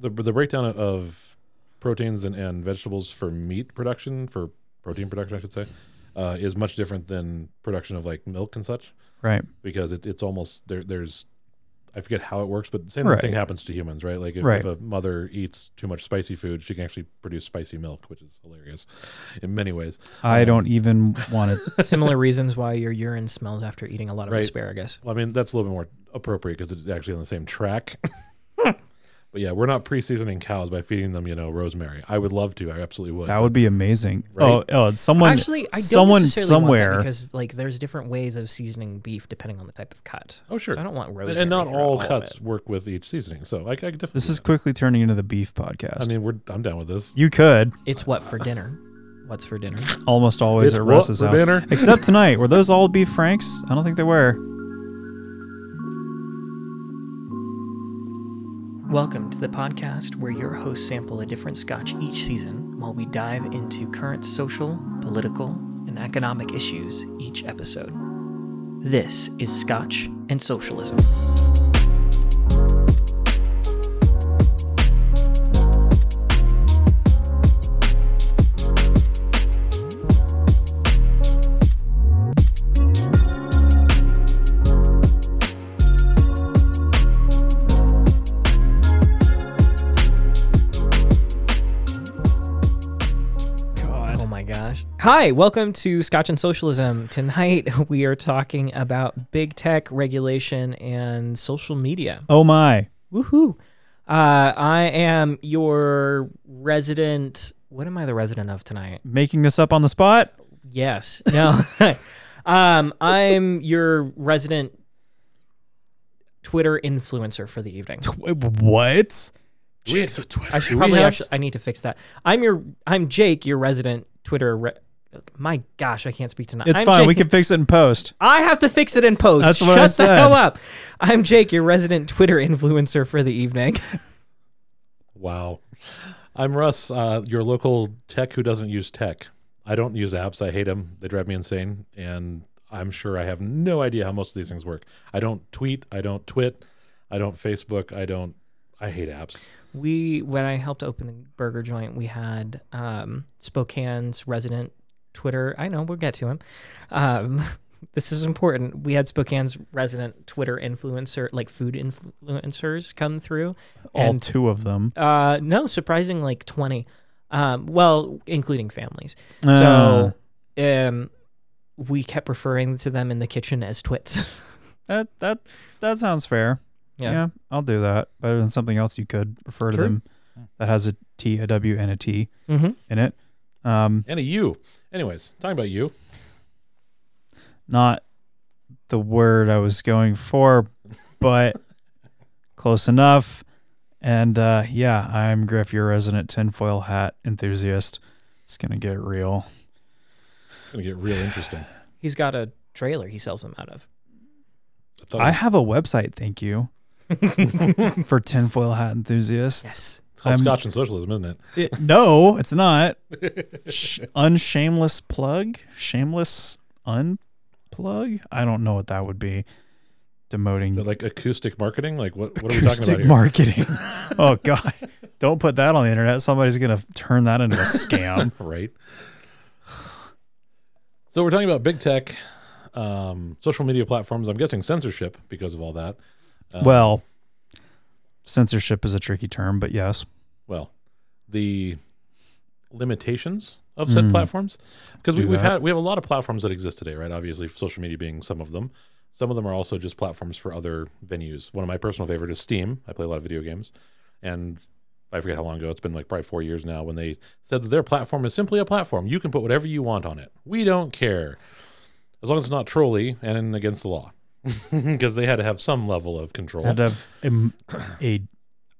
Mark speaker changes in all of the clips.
Speaker 1: the the breakdown of proteins and, and vegetables for meat production for protein production, I should say, uh, is much different than production of like milk and such
Speaker 2: Right.
Speaker 1: because it, it's almost there. There's I forget how it works, but the same
Speaker 2: Right.
Speaker 1: thing happens to humans, right? Like if,
Speaker 2: Right.
Speaker 1: if a mother eats too much spicy food, she can actually produce spicy milk, which is hilarious in many ways.
Speaker 2: I don't even want to.
Speaker 3: Similar reasons why your urine smells after eating a lot of
Speaker 1: Right.
Speaker 3: asparagus.
Speaker 1: Well, I mean, that's a little bit more appropriate because it's actually on the same track. but yeah, we're not pre-seasoning cows by feeding them, you know, rosemary. I would love to. I absolutely would.
Speaker 2: That would be amazing.
Speaker 1: Right.
Speaker 2: Oh, oh, someone,
Speaker 3: Actually, I don't
Speaker 2: someone
Speaker 3: necessarily
Speaker 2: somewhere.
Speaker 3: want that because like there's different ways of seasoning beef depending on the type of cut.
Speaker 1: oh, sure.
Speaker 3: So I don't want
Speaker 1: and,
Speaker 3: rosemary.
Speaker 1: and not
Speaker 3: throughout
Speaker 1: all
Speaker 3: of
Speaker 1: cuts
Speaker 3: it.
Speaker 1: work with each seasoning. So I, I could definitely.
Speaker 2: this
Speaker 1: do
Speaker 2: is
Speaker 1: that.
Speaker 2: quickly turning into the beef podcast.
Speaker 1: I mean, we're I'm down with this.
Speaker 2: you could
Speaker 3: It's what for dinner. What's for dinner?
Speaker 2: almost always
Speaker 1: It's
Speaker 2: at
Speaker 1: what
Speaker 2: Russ's
Speaker 1: for
Speaker 2: house.
Speaker 1: dinner?
Speaker 2: Except tonight. Were those all beef franks? I don't think they were.
Speaker 3: Welcome to the podcast where your hosts sample a different scotch each season while we dive into current social, political, and economic issues each episode. This is Scotch and Socialism. Oh my gosh. Hi, welcome to Scotch and Socialism. Tonight we are talking about big tech regulation and social media.
Speaker 2: Oh my.
Speaker 3: Woohoo. Uh, I am your resident. What am I the resident of tonight?
Speaker 2: Making this up on the spot?
Speaker 3: Yes. No. um, I'm your resident Twitter influencer for the evening.
Speaker 2: Wait, What?
Speaker 1: Jake's with Twitter.
Speaker 3: I should probably actually. I need to fix that. I'm your. I'm Jake, your resident Twitter. Re- My gosh, I can't speak tonight.
Speaker 2: It's
Speaker 3: I'm
Speaker 2: fine.
Speaker 3: Jake-
Speaker 2: We can fix it in post.
Speaker 3: I have to fix it in post.
Speaker 2: That's what I
Speaker 3: Shut the
Speaker 2: said.
Speaker 3: hell up. I'm Jake, your resident Twitter influencer for the evening.
Speaker 1: Wow. I'm Russ, uh, your local tech who doesn't use tech. I don't use apps. I hate them. They drive me insane. And I'm sure I have no idea how most of these things work. I don't tweet. I don't twit. I don't Facebook. I don't. I hate apps.
Speaker 3: we when I helped open the burger joint, we had um, Spokane's resident Twitter. I know we'll get to him. Um, this is important. We had Spokane's resident Twitter influencer, like food influencers, come through.
Speaker 2: All
Speaker 3: and,
Speaker 2: two of them.
Speaker 3: uh, no, surprising, like twenty. Um, well, including families.
Speaker 2: Uh,
Speaker 3: So, um, we kept referring to them in the kitchen as twits.
Speaker 2: that that that sounds fair.
Speaker 3: Yeah.
Speaker 2: I'll do that. But other than something else, you could refer to
Speaker 3: Sure.
Speaker 2: them that has a T, a W, and a T
Speaker 3: mm-hmm.
Speaker 2: in it. Um,
Speaker 1: And a you. Anyways, talking about you.
Speaker 2: not the word I was going for, but close enough. And uh, yeah, I'm Griff, your resident tinfoil hat enthusiast. It's gonna get real.
Speaker 1: It's going to get real interesting.
Speaker 3: He's got a trailer he sells them out of.
Speaker 1: I thought
Speaker 2: I have a website, thank you, for tinfoil hat enthusiasts.
Speaker 3: Yes.
Speaker 1: it's called
Speaker 2: I'm-
Speaker 1: Scotch and Socialism, isn't it?
Speaker 2: It- no, it's not. Sh- unshameless plug, shameless unplug. I don't know what that would be.
Speaker 1: Is it
Speaker 2: Demoting
Speaker 1: like acoustic marketing? Like what, what are we talking about
Speaker 2: acoustic
Speaker 1: here?
Speaker 2: marketing. oh God, don't put that on the internet. Somebody's gonna turn that into a scam.
Speaker 1: right? So we're talking about big tech, um, social media platforms. I'm guessing censorship because of all that. Uh,
Speaker 2: well, censorship is a tricky term, but yes,
Speaker 1: well, the limitations of said
Speaker 2: Mm.
Speaker 1: platforms, because we,
Speaker 2: Do
Speaker 1: we've
Speaker 2: that.
Speaker 1: had we have a lot of platforms that exist today, right? Obviously, social media being some of them. Some of them are also just platforms for other venues. One of my personal favorite is Steam. I play a lot of video games, and I forget how long ago it's been, like probably four years now, when they said that their platform is simply a platform. You can put whatever you want on it. We don't care, as long as it's not trolly and against the law, because they had to have some level of control,
Speaker 2: had to have a, a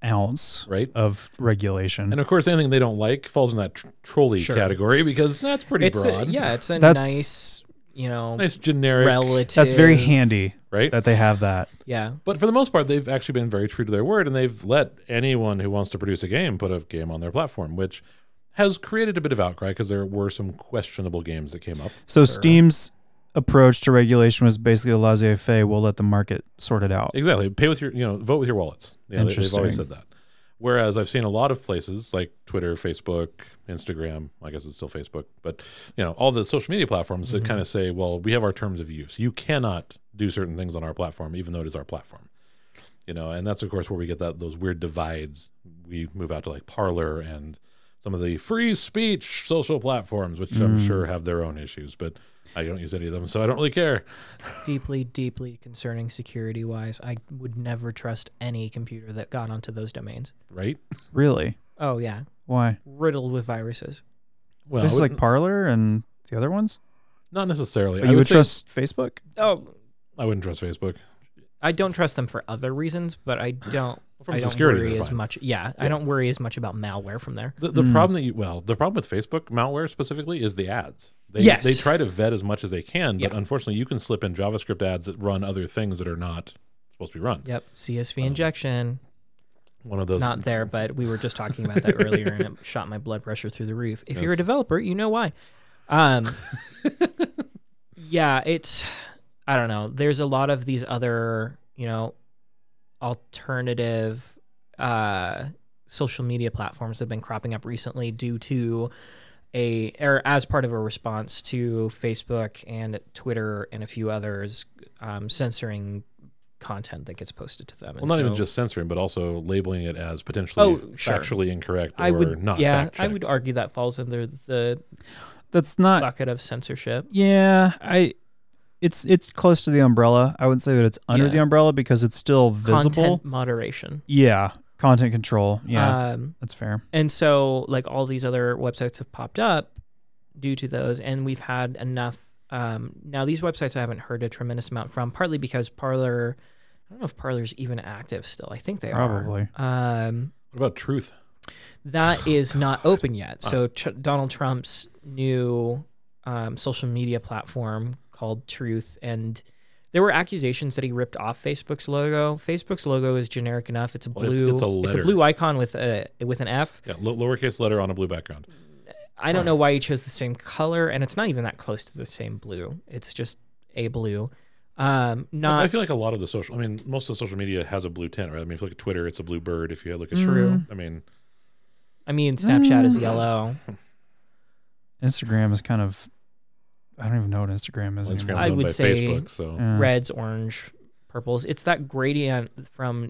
Speaker 2: ounce
Speaker 1: right?
Speaker 2: of regulation.
Speaker 1: And of course, anything they don't like falls in that tr- trolley
Speaker 3: Sure.
Speaker 1: category because that's pretty
Speaker 3: it's
Speaker 1: broad.
Speaker 3: A, yeah, it's a
Speaker 2: That's-
Speaker 3: nice, you know,
Speaker 1: nice generic,
Speaker 3: relative.
Speaker 2: That's very handy
Speaker 1: right?
Speaker 2: that they have that.
Speaker 3: Yeah,
Speaker 1: but for the most part, they've actually been very true to their word, and they've let anyone who wants to produce a game put a game on their platform, which has created a bit of outcry because there were some questionable games that came up.
Speaker 2: So Steam's approach to regulation was basically a laissez-faire. We'll let the market sort it out.
Speaker 1: Exactly, pay with your you know vote with your wallets. Yeah, they, have always
Speaker 2: Interesting.
Speaker 1: said that. Whereas I've seen a lot of places like Twitter, Facebook, Instagram, I guess it's still Facebook, but you know, all the social media platforms
Speaker 2: Mm-hmm.
Speaker 1: that kind of say, well, we have our terms of use. You cannot do certain things on our platform, even though it is our platform. You know, and that's of course where we get that those weird divides. We move out to like Parlor and some of the free speech social platforms, which I'm
Speaker 2: Mm.
Speaker 1: sure have their own issues, but I don't use any of them, so I don't really care.
Speaker 3: deeply, deeply concerning security wise. I would never trust any computer that got onto those domains.
Speaker 1: Right?
Speaker 2: Really?
Speaker 3: Oh yeah,
Speaker 2: Why?
Speaker 3: riddled with viruses.
Speaker 1: Well, I
Speaker 2: this is like
Speaker 1: wouldn't-
Speaker 2: Parlor and the other ones.
Speaker 1: not necessarily.
Speaker 2: But
Speaker 1: I
Speaker 2: you would
Speaker 1: say-
Speaker 2: trust Facebook?
Speaker 3: Oh,
Speaker 1: I wouldn't trust Facebook.
Speaker 3: I don't trust them for other reasons, but I don't.
Speaker 1: From
Speaker 3: I don't
Speaker 1: security,
Speaker 3: worry
Speaker 1: they're
Speaker 3: as
Speaker 1: fine.
Speaker 3: much. Yeah, I don't worry as much about malware from there.
Speaker 1: The, the
Speaker 2: Mm.
Speaker 1: problem that you well, the problem with Facebook malware specifically is the ads. They,
Speaker 3: Yes.
Speaker 1: they try to vet as much as they can, but
Speaker 3: Yeah.
Speaker 1: unfortunately, you can slip in JavaScript ads that run other things that are not supposed to be run.
Speaker 3: Yep, CSV injection.
Speaker 1: One of those.
Speaker 3: Not there, but we were just talking about that earlier, and it shot my blood pressure through the roof. If you're a
Speaker 1: Yes.
Speaker 3: developer, you know why. Um, yeah, it's. I don't know. There's a lot of these other, you know, alternative uh, social media platforms that have been cropping up recently due to a or as part of a response to Facebook and Twitter and a few others um, censoring content that gets posted to them.
Speaker 1: well,
Speaker 3: And
Speaker 1: not even
Speaker 3: so-
Speaker 1: just censoring, but also labeling it as potentially
Speaker 3: Oh, sure.
Speaker 1: factually incorrect or
Speaker 3: I would
Speaker 1: not.
Speaker 3: yeah, I
Speaker 1: fact-checked.
Speaker 3: would argue that falls under the
Speaker 2: That's not
Speaker 3: bucket of censorship.
Speaker 2: Yeah, I it's it's close to the umbrella. I wouldn't say that it's under
Speaker 3: Yeah.
Speaker 2: the umbrella because it's still visible.
Speaker 3: Content moderation.
Speaker 2: Yeah, content control. Yeah,
Speaker 3: Um,
Speaker 2: that's fair.
Speaker 3: and so like all these other websites have popped up due to those and we've had enough um, now these websites I haven't heard a tremendous amount from, partly because Parler I don't know if Parler's even active still. I think they
Speaker 2: Probably.
Speaker 3: are. Um
Speaker 1: What about truth?
Speaker 3: that is not open yet.
Speaker 1: Uh.
Speaker 3: So tr- Donald Trump's new um, social media platform called Truth, and there were accusations that he ripped off Facebook's logo. Facebook's logo is generic enough. It's a
Speaker 1: Well,
Speaker 3: blue.
Speaker 1: it's- it's a letter.
Speaker 3: blue icon with a with an F.
Speaker 1: Yeah, lo- lowercase letter on a blue background.
Speaker 3: I don't know why he chose the same color, and it's not even that close to the same blue. It's just a blue. Um,
Speaker 1: I- I
Speaker 3: not
Speaker 1: feel like a lot of the social. I mean, most of the social media has a blue tint, right? I mean, if you look at Twitter, it's a blue bird. If you look at
Speaker 3: True.
Speaker 1: I mean,
Speaker 3: I mean, Snapchat
Speaker 1: Mm.
Speaker 3: is yellow.
Speaker 2: Instagram is kind of I don't even know what Instagram is
Speaker 1: Instagram's
Speaker 2: anymore.
Speaker 3: I
Speaker 1: owned
Speaker 3: would
Speaker 1: by
Speaker 3: say-
Speaker 1: Facebook, so
Speaker 2: Yeah.
Speaker 3: reds, orange, purples. It's that gradient from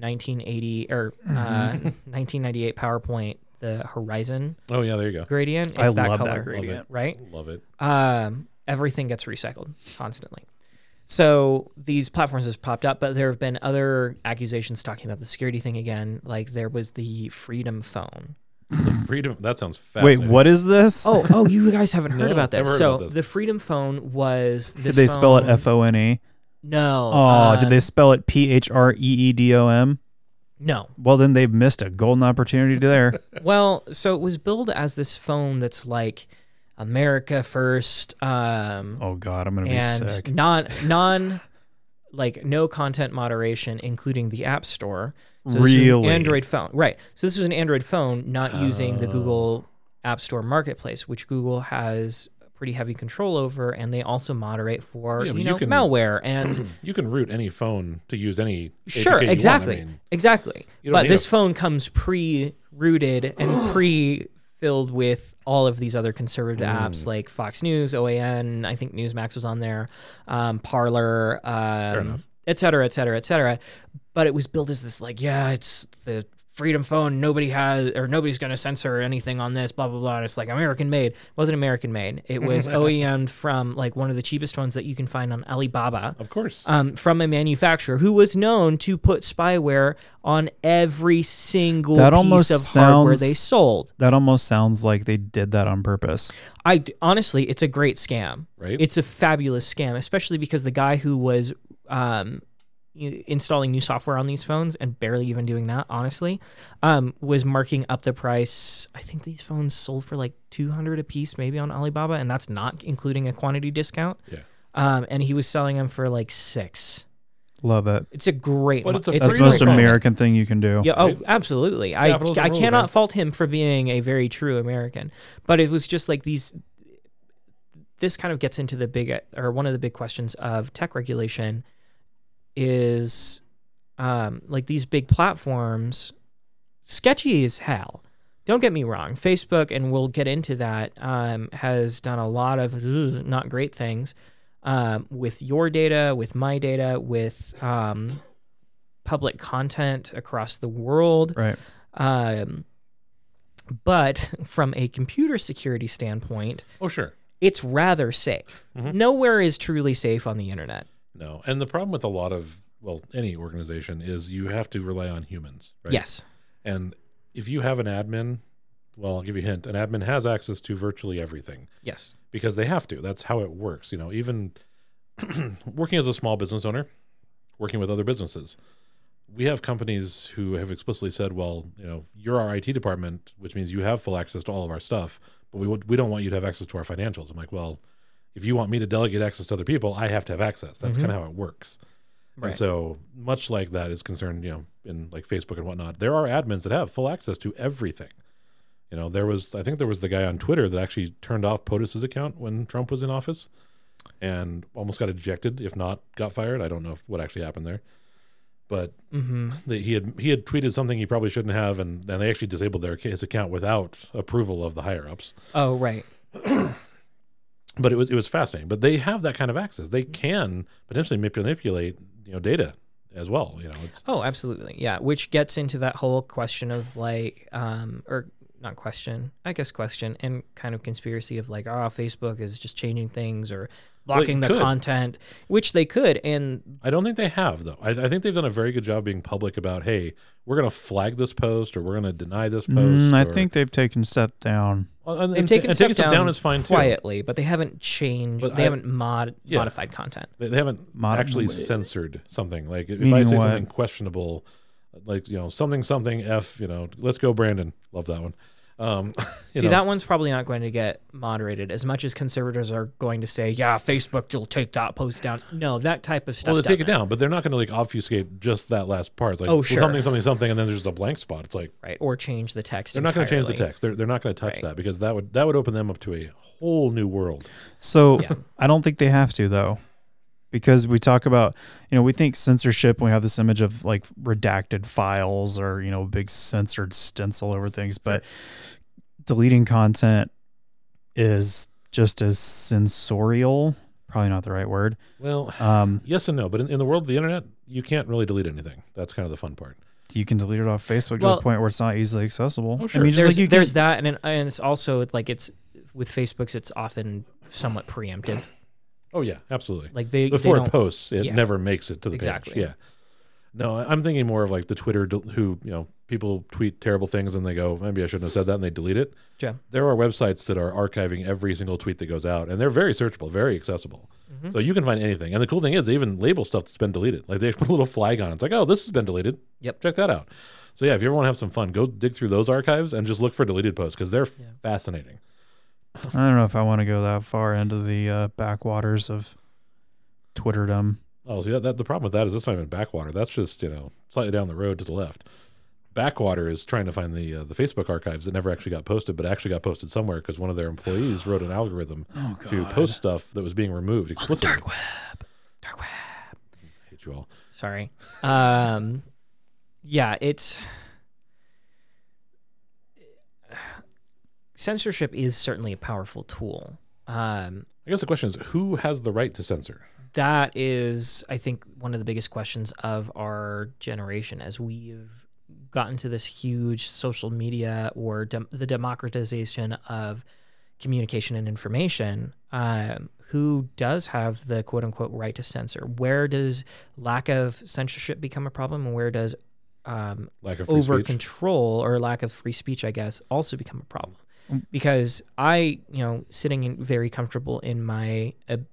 Speaker 3: 1980 or uh, 1998 PowerPoint, the horizon
Speaker 1: oh yeah, there you go.
Speaker 3: gradient. It's
Speaker 2: I
Speaker 3: that
Speaker 2: love
Speaker 3: color,
Speaker 2: that gradient.
Speaker 3: right?
Speaker 1: Love it.
Speaker 3: Um, everything gets recycled constantly. So these platforms has popped up, but there have been other accusations talking about the security thing again. Like there was the Freedom Phone.
Speaker 1: Freedom. That sounds
Speaker 2: Wait,
Speaker 1: fascinating.
Speaker 2: what is this?
Speaker 3: Oh, oh, you guys haven't heard
Speaker 1: No,
Speaker 3: about this.
Speaker 1: never heard
Speaker 3: so
Speaker 1: about this.
Speaker 3: the Freedom Phone was
Speaker 2: did
Speaker 3: this
Speaker 2: they spell it
Speaker 3: phone-
Speaker 2: F O N E?
Speaker 3: No.
Speaker 2: Oh, did they
Speaker 3: um,
Speaker 2: spell it P H R E E D O M?
Speaker 3: No.
Speaker 2: Well, then they've missed a golden opportunity there.
Speaker 3: Well, so it was billed as this phone that's like America first, um,
Speaker 2: Oh God, I'm gonna be sick.
Speaker 3: and non non like no content moderation, including the App Store. So this was an
Speaker 2: Really?
Speaker 3: Android phone, right? So this was an Android phone, not using the Google App Store Marketplace, which Google has pretty heavy control over, and they also moderate for
Speaker 1: Yeah, but
Speaker 3: you
Speaker 1: you
Speaker 3: know
Speaker 1: can-
Speaker 3: malware and
Speaker 1: You can root any phone to use any. APK you
Speaker 3: sure
Speaker 1: want. I
Speaker 3: exactly
Speaker 1: mean,
Speaker 3: exactly
Speaker 1: you don't
Speaker 3: but
Speaker 1: need a-
Speaker 3: this phone comes pre-rooted and pre-filled with all of these other conservative
Speaker 1: Mm.
Speaker 3: apps like fox news oan i think newsmax was on there um, parlor um,
Speaker 1: enough.
Speaker 3: et cetera et cetera et cetera but it was billed as this like yeah it's the freedom phone nobody has or nobody's going to censor anything on this blah blah blah and it's like american made it wasn't american made it was oem from like one of the cheapest ones that you can find on alibaba
Speaker 1: of course.
Speaker 3: um, from a manufacturer who was known to put spyware on every single
Speaker 2: That
Speaker 3: piece
Speaker 2: almost
Speaker 3: of hardware
Speaker 2: sounds-
Speaker 3: they sold.
Speaker 2: that almost sounds like they did that on purpose.
Speaker 3: I d- honestly, it's a great scam.
Speaker 1: Right.
Speaker 3: It's a fabulous scam, especially because the guy who was um, y- installing new software on these phones and barely even doing that, honestly, um, was marking up the price. I think these phones sold for like two hundred a piece, maybe on Alibaba, and that's not including a quantity discount.
Speaker 1: Yeah.
Speaker 3: Um, and he was selling them for like six.
Speaker 2: Love it.
Speaker 3: It's a great.
Speaker 1: But
Speaker 3: mo-
Speaker 1: it's a
Speaker 3: it's
Speaker 2: That's
Speaker 1: Free
Speaker 2: the most
Speaker 1: to roam.
Speaker 2: American thing you can do.
Speaker 3: Yeah,
Speaker 1: right?
Speaker 3: oh, absolutely. I
Speaker 1: Capitals
Speaker 3: I
Speaker 1: rule,
Speaker 3: cannot
Speaker 1: man.
Speaker 3: fault him for being a very true American, but it was just like these. This kind of gets into the big or one of the big questions of tech regulation, is, um, like these big platforms sketchy as hell. Don't get me wrong. Facebook, and we'll get into that, um, has done a lot of "Ugh, not great things um, with your data, with my data, with um, public content across the world.
Speaker 2: Right.
Speaker 3: Um, but from a computer security standpoint,
Speaker 1: Oh, sure.
Speaker 3: it's rather safe.
Speaker 1: Mhm.
Speaker 3: Nowhere is truly safe on the internet.
Speaker 1: No. And the problem with a lot of, well, any organization is you have to rely on humans, right?
Speaker 3: Yes.
Speaker 1: And if you have an admin, well, I'll give you a hint. An admin has access to virtually everything
Speaker 3: Yes.
Speaker 1: because they have to. That's how it works. You know, even working as a small business owner, working with other businesses, we have companies who have explicitly said, well, you know, you're our IT department, which means you have full access to all of our stuff, but we, would- we don't want you to have access to our financials. I'm like, well, if you want me to delegate access to other people, I have to have access. That's kind of how it works.
Speaker 3: Right.
Speaker 1: And so much like that is concerned, you know, in like Facebook and whatnot, there are admins that have full access to everything. You know, there was I think there was the guy on Twitter that actually turned off POTUS's account when Trump was in office and almost got ejected, if not got fired. I don't know if, what actually happened there. But
Speaker 3: Mm-hmm.
Speaker 1: they, he had he had tweeted something he probably shouldn't have and, and they actually disabled their his account without approval of the higher ups
Speaker 3: Oh, right.
Speaker 1: but it was it was fascinating. But they have that kind of access. They can potentially manip- manipulate you know data as well. You know, it's
Speaker 3: Oh, absolutely. Yeah. Which gets into that whole question of like, um, or not question, I guess question and kind of conspiracy of like, oh, Facebook is just changing things or
Speaker 1: Well, it
Speaker 3: blocking the
Speaker 1: could.
Speaker 3: content, which they could. And
Speaker 1: I don't think they have though. I, I think they've done a very good job being public about hey, we're going to flag this post or we're going to deny this post.
Speaker 2: Mm, I
Speaker 1: or-
Speaker 2: think they've taken step down.
Speaker 1: Well, and,
Speaker 3: they've
Speaker 1: and,
Speaker 3: taken
Speaker 1: and
Speaker 3: stuff
Speaker 1: taking stuff down
Speaker 3: down
Speaker 1: is fine too.
Speaker 3: quietly, but they haven't changed.
Speaker 1: But
Speaker 3: they
Speaker 1: I-
Speaker 3: haven't mod
Speaker 1: Yeah.
Speaker 3: modified content.
Speaker 1: They, they haven't
Speaker 2: Mod-
Speaker 1: actually censored something. Like if I
Speaker 2: Meaning
Speaker 1: say
Speaker 2: what?
Speaker 1: something questionable, like you know something something f you know let's go Brandon. Love that one. Um, you
Speaker 3: See,
Speaker 1: know,
Speaker 3: that one's probably not going to get moderated as much as conservatives are going to say, yeah, Facebook, you'll take that post down. No, that type of stuff.
Speaker 1: Well, they take it
Speaker 3: doesn't.
Speaker 1: down, but they're not going to like obfuscate just that last part. It's like
Speaker 3: Oh,
Speaker 1: well,
Speaker 3: sure.
Speaker 1: something, something, something, and then there's just a blank spot. It's like
Speaker 3: Right. Or change the text.
Speaker 1: They're not going to change the
Speaker 3: entirely.
Speaker 1: text. They're, they're not going to touch
Speaker 3: Right.
Speaker 1: that because that would that would open them up to a whole new world.
Speaker 2: So
Speaker 3: Yeah.
Speaker 2: I don't think they have to though, because we talk about you know we think censorship. and We have this image of like redacted files or you know big censored stencil over things, but deleting content is just as censorial. Probably not the right word.
Speaker 1: Well,
Speaker 2: Um,
Speaker 1: yes and no, but in, in the world of the internet, you can't really delete anything. That's kind of the fun part.
Speaker 2: you can delete it off Facebook to
Speaker 3: Well-
Speaker 2: a point where it's not easily accessible.
Speaker 1: Oh, sure.
Speaker 2: I mean, just
Speaker 3: there's
Speaker 2: like you
Speaker 3: there's
Speaker 2: can,
Speaker 3: that, and, it- and it's also like it's with Facebook's, it's often somewhat preemptive.
Speaker 1: Oh yeah, absolutely.
Speaker 3: Like they
Speaker 1: Before
Speaker 3: they
Speaker 1: it
Speaker 3: don't,
Speaker 1: posts, it
Speaker 3: yeah.
Speaker 1: never makes it to the
Speaker 3: Exactly.
Speaker 1: page. Yeah. No, I- I'm thinking more of like the Twitter del- who you know people tweet terrible things and they go maybe I shouldn't have said that and they delete it.
Speaker 3: Yeah.
Speaker 1: There are websites that are archiving every single tweet that goes out and they're very searchable, very accessible.
Speaker 3: Mm-hmm.
Speaker 1: So you can find anything. And the cool thing is they even label stuff that's been deleted. Like they put a little flag on it. It's like, oh, this has been deleted.
Speaker 3: Yep.
Speaker 1: Check that out. So yeah, if you ever want to have some fun, go dig through those archives and just look for deleted posts because they're fascinating.
Speaker 2: I don't know if I want to go that far into the uh, backwaters of Twitterdom.
Speaker 1: Oh, see that, that the problem with that is that's not even backwater. That's just you know slightly down the road to the left. Backwater is trying to find the uh, the Facebook archives that never actually got posted, but actually got posted somewhere because one of their employees wrote an algorithm
Speaker 3: Oh,
Speaker 1: to post stuff that was being removed explicitly. dark web,
Speaker 3: dark web.
Speaker 1: Hate you all.
Speaker 3: Sorry. Um, yeah, it's censorship is certainly a powerful tool. Um,
Speaker 1: I guess the question is who has the right to censor?
Speaker 3: that is, I think, one of the biggest questions of our generation as we've gotten to this huge social media or dem- the democratization of communication and information. Um, who does have the quote unquote right to censor? Where does lack of censorship become a problem? And where does um,
Speaker 1: Lack of free
Speaker 3: over
Speaker 1: speech.
Speaker 3: control or lack of free speech, I guess, also become a problem.
Speaker 1: Mm.
Speaker 3: Because I, you know, sitting in very comfortable in my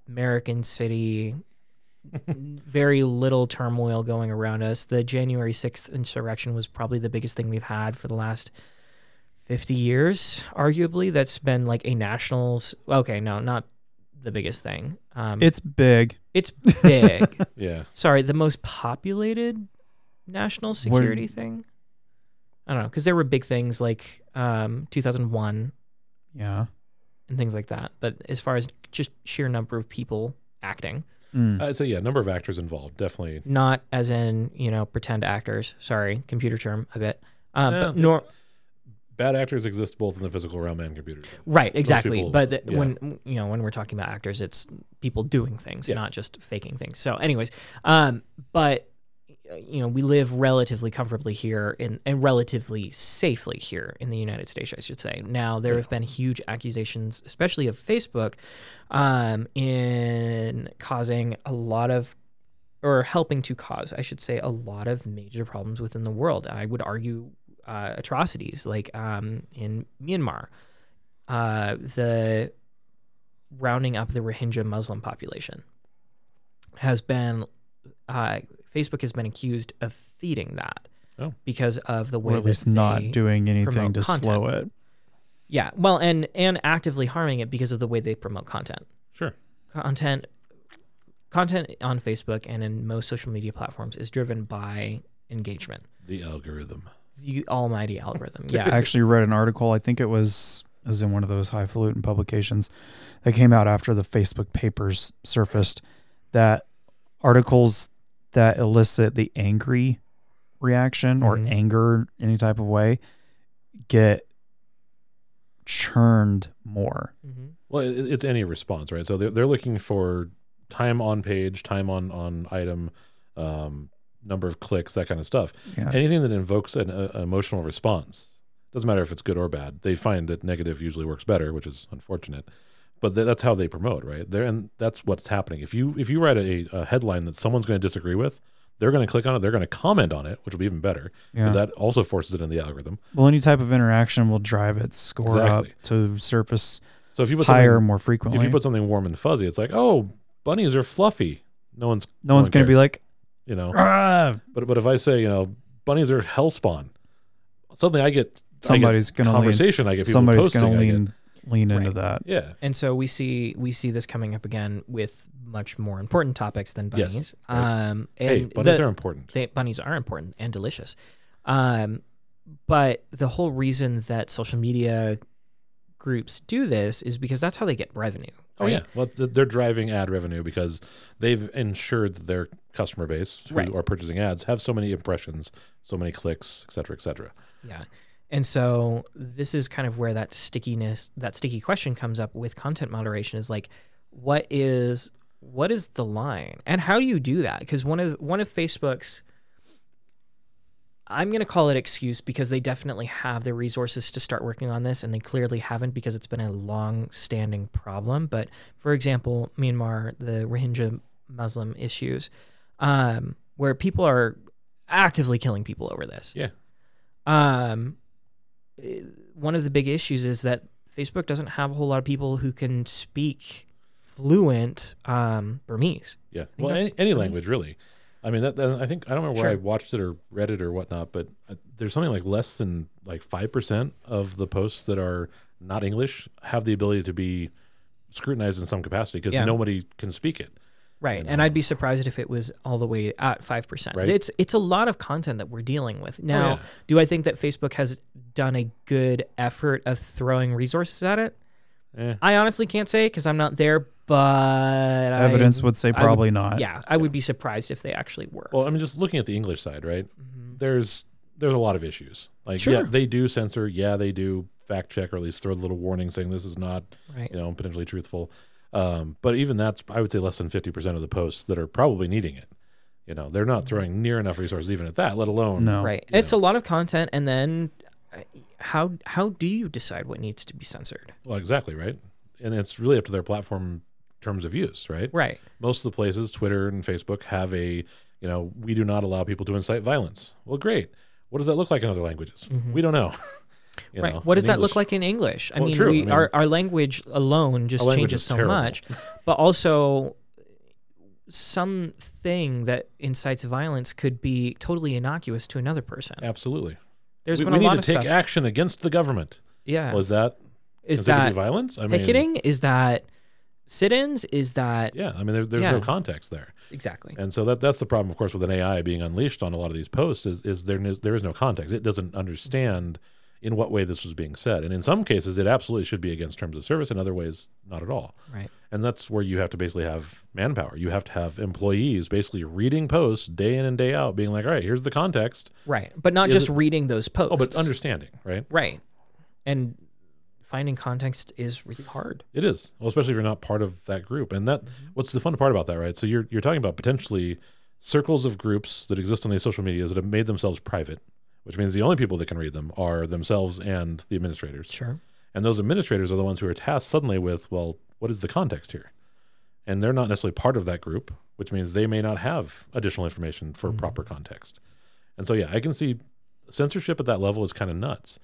Speaker 3: American city, very little turmoil going around us. The January 6th insurrection was probably the biggest thing we've had for the last 50 years, arguably. That's been like a nationals. Okay, no, not the biggest thing. Um,
Speaker 2: It's big.
Speaker 3: it's big.
Speaker 1: Yeah,
Speaker 3: sorry, the most populated national security thing. I don't know because there were big things like um, 2001
Speaker 2: Yeah.
Speaker 3: and things like that. But as far as just sheer number of people acting,
Speaker 2: Mm.
Speaker 1: I'd say yeah. Number of actors involved, definitely.
Speaker 3: not as in you know pretend actors. Sorry, computer term a bit. Um,
Speaker 1: Yeah,
Speaker 3: but nor-
Speaker 1: Bad actors exist both in the physical realm and computers.
Speaker 3: right, exactly.
Speaker 1: people-
Speaker 3: But the,
Speaker 1: yeah.
Speaker 3: when you know when we're talking about actors, it's people doing things,
Speaker 1: Yeah.
Speaker 3: not just faking things. So, anyways, um, but you know we live relatively comfortably here in, and relatively safely here in the United States, I should say. Now there have been huge accusations, especially of Facebook, um, in causing a lot of or helping to cause, I should say, a lot of major problems within the world. I would argue uh, atrocities like um, in Myanmar, uh, the rounding up the Rohingya Muslim population has been, uh, Facebook has been accused of feeding that
Speaker 1: Oh.
Speaker 3: because of the way
Speaker 2: Or at
Speaker 3: that
Speaker 2: least not
Speaker 3: they-
Speaker 2: doing anything
Speaker 3: promote
Speaker 2: to
Speaker 3: content.
Speaker 2: slow it.
Speaker 3: Yeah, well, and and actively harming it because of the way they promote content.
Speaker 1: Sure.
Speaker 3: content content on Facebook and in most social media platforms is driven by engagement.
Speaker 1: The algorithm.
Speaker 3: The almighty algorithm. Yeah.
Speaker 2: I actually read an article. I think it was it was in one of those highfalutin publications that came out after the Facebook papers surfaced. That articles that elicit the angry reaction or
Speaker 3: Mhm.
Speaker 2: anger any type of way get churned more.
Speaker 3: Mhm.
Speaker 1: Well, it, it's any response, right? So they're, they're looking for time on page, time on on item, um, number of clicks, that kind of stuff.
Speaker 2: Yeah.
Speaker 1: Anything that invokes an uh, emotional response doesn't matter if it's good or bad. They find that negative usually works better, which is unfortunate. But tha- that's how they promote, right? There, and that's what's happening. If you if you write a, a headline that someone's going to disagree with, they're going to click on it. They're going to comment on it, which will be even better
Speaker 2: yeah.
Speaker 1: because that also forces it in the algorithm.
Speaker 2: well, any type of interaction will drive its score
Speaker 1: Exactly.
Speaker 2: up to surface
Speaker 1: So if you put
Speaker 2: higher
Speaker 1: something-
Speaker 2: more
Speaker 1: if
Speaker 2: frequently.
Speaker 1: you put something warm and fuzzy, it's like, oh, bunnies are fluffy. No one's
Speaker 2: no one's
Speaker 1: one
Speaker 2: going to be
Speaker 1: cares.
Speaker 2: like,
Speaker 1: you know.
Speaker 2: ah,
Speaker 1: But but if I say you know bunnies are hellspawn, suddenly I get
Speaker 2: somebody's
Speaker 1: I get
Speaker 2: going to lean
Speaker 1: conversation. I get people
Speaker 2: somebody's
Speaker 1: posting.
Speaker 2: going to
Speaker 1: I get-
Speaker 2: lean lean into
Speaker 3: Right.
Speaker 2: that.
Speaker 1: yeah,
Speaker 3: And so we see we see this coming up again with much more important topics than
Speaker 1: Yes,
Speaker 3: bunnies.
Speaker 1: right.
Speaker 3: Um and
Speaker 1: hey, bunnies
Speaker 3: the-
Speaker 1: are important.
Speaker 3: they, bunnies are important and delicious. Um, but the whole reason that social media groups do this is because that's how they get revenue.
Speaker 1: Oh
Speaker 3: right?
Speaker 1: yeah, well th- they're driving ad revenue because they've ensured that their customer base who
Speaker 3: Right.
Speaker 1: are purchasing ads have so many impressions, so many clicks, et cetera, et cetera.
Speaker 3: Yeah. And so this is kind of where that stickiness, that sticky question comes up with content moderation is like, what is what is the line, and how do you do that? Because one of one of Facebook's, I'm going to call it excuse because they definitely have the resources to start working on this, and they clearly haven't because it's been a long-standing problem. But for example, Myanmar, the Rohingya Muslim issues, um, where people are actively killing people over this
Speaker 1: Yeah,
Speaker 3: um, eh, one of the big issues is that Facebook doesn't have a whole lot of people who can speak fluent um, Burmese.
Speaker 1: yeah.
Speaker 3: think
Speaker 1: Well, any,
Speaker 3: that's-
Speaker 1: any
Speaker 3: that
Speaker 1: language really. I mean, that, that- I think I don't remember where I
Speaker 3: Sure.
Speaker 1: watched it or read it or whatnot, but uh, there's something like less than like five percent of the posts that are not English have the ability to be scrutinized in some capacity because
Speaker 3: Yeah.
Speaker 1: nobody can speak it.
Speaker 3: Right,
Speaker 1: And,
Speaker 3: and I'd be surprised if it was all the way at five percent.
Speaker 1: Right.
Speaker 3: It's it's a lot of content that we're dealing with now.
Speaker 1: yeah.
Speaker 3: Do I think that Facebook has done a good effort of throwing resources at it?
Speaker 1: Eh.
Speaker 3: I honestly can't say because I'm not there, but I-
Speaker 2: Evidence would say
Speaker 3: would-
Speaker 2: probably not.
Speaker 3: yeah, I would be surprised if they actually were.
Speaker 1: Well, I mean, just looking at the English side, right?
Speaker 3: Mhm.
Speaker 1: There's there's a lot of issues. Like, yeah,
Speaker 3: Sure.
Speaker 1: they do censor. Yeah, they do fact check or at least throw a little warning saying this is not
Speaker 3: right.
Speaker 1: you know potentially truthful. Um, but even that's I would say less than fifty percent of the posts that are probably needing it. You know, they're not throwing near enough resources even at that, let alone
Speaker 2: No.
Speaker 3: right
Speaker 1: you
Speaker 3: it's a lot of content and then uh, how how do you decide what needs to be censored
Speaker 1: Well, exactly right, and it's really up to their platform terms of use, right?
Speaker 3: right
Speaker 1: most of the places twitter and facebook have a you know we do not allow people to incite violence well great what does that look like in other languages we don't know You
Speaker 3: Mm-hmm. right
Speaker 1: know,
Speaker 3: what does
Speaker 1: in
Speaker 3: that
Speaker 1: English-
Speaker 3: look like in english i
Speaker 1: Well,
Speaker 3: mean,
Speaker 1: true,
Speaker 3: we,
Speaker 1: I mean-
Speaker 3: our, our language alone just
Speaker 1: Our language
Speaker 3: changes
Speaker 1: is
Speaker 3: so
Speaker 1: terrible.
Speaker 3: much but also something that incites violence could be totally innocuous to another person
Speaker 1: absolutely
Speaker 3: There's
Speaker 1: we,
Speaker 3: been
Speaker 1: we
Speaker 3: a
Speaker 1: need
Speaker 3: lot
Speaker 1: to
Speaker 3: of
Speaker 1: take
Speaker 3: stuff
Speaker 1: action against the government
Speaker 3: yeah
Speaker 1: was that
Speaker 3: is
Speaker 1: considered to be
Speaker 3: that
Speaker 1: violence i mean
Speaker 3: picketing is that sit-ins is that
Speaker 1: yeah i mean there's, there's no
Speaker 3: Yeah.
Speaker 1: context there
Speaker 3: exactly
Speaker 1: and so that that's the problem of course with an ai being unleashed on a lot of these posts is, is there, no- there is no context it doesn't understand in what way this was being said. And in some cases, it absolutely should be against terms of service. In other ways, not at all.
Speaker 3: Right.
Speaker 1: And that's where you have to basically have manpower. You have to have employees basically reading posts day in and day out, being like, all right, here's the context.
Speaker 3: Right. But not
Speaker 1: Is
Speaker 3: just
Speaker 1: it-
Speaker 3: reading those posts.
Speaker 1: Oh, but understanding, right?
Speaker 3: Right. And finding context is really hard.
Speaker 1: It is, well, especially if you're not part of that group. And that, what's the fun part about that, right? So you're you're talking about potentially circles of groups that exist on these social medias that have made themselves private, which means the only people that can read them are themselves and the administrators.
Speaker 3: Sure.
Speaker 1: And those administrators are the ones who are tasked suddenly with, well, what is the context here? And they're not necessarily part of that group, which means they may not have additional information for proper context. And so, yeah, I can see censorship at that level is kind of nuts.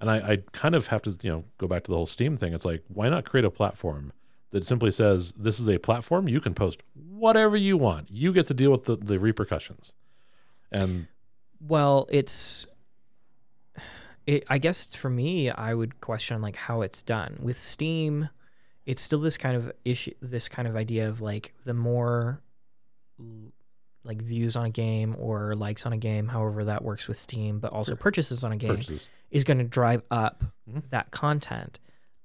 Speaker 1: And I, I kind of have to, you know, go back to the whole Steam thing. It's like, why not create a platform that simply says, this is a platform, you can post whatever you want. You get to deal with the, the repercussions. And
Speaker 3: Well, it's it I guess for me I would question like how it's done. With Steam, it's still this kind of issue this kind of idea of like the more l- like views on a game or likes on a game, however that works with Steam, but also purchases on a game.
Speaker 1: purchases.
Speaker 3: is going to drive up
Speaker 1: Mhm.
Speaker 3: that content.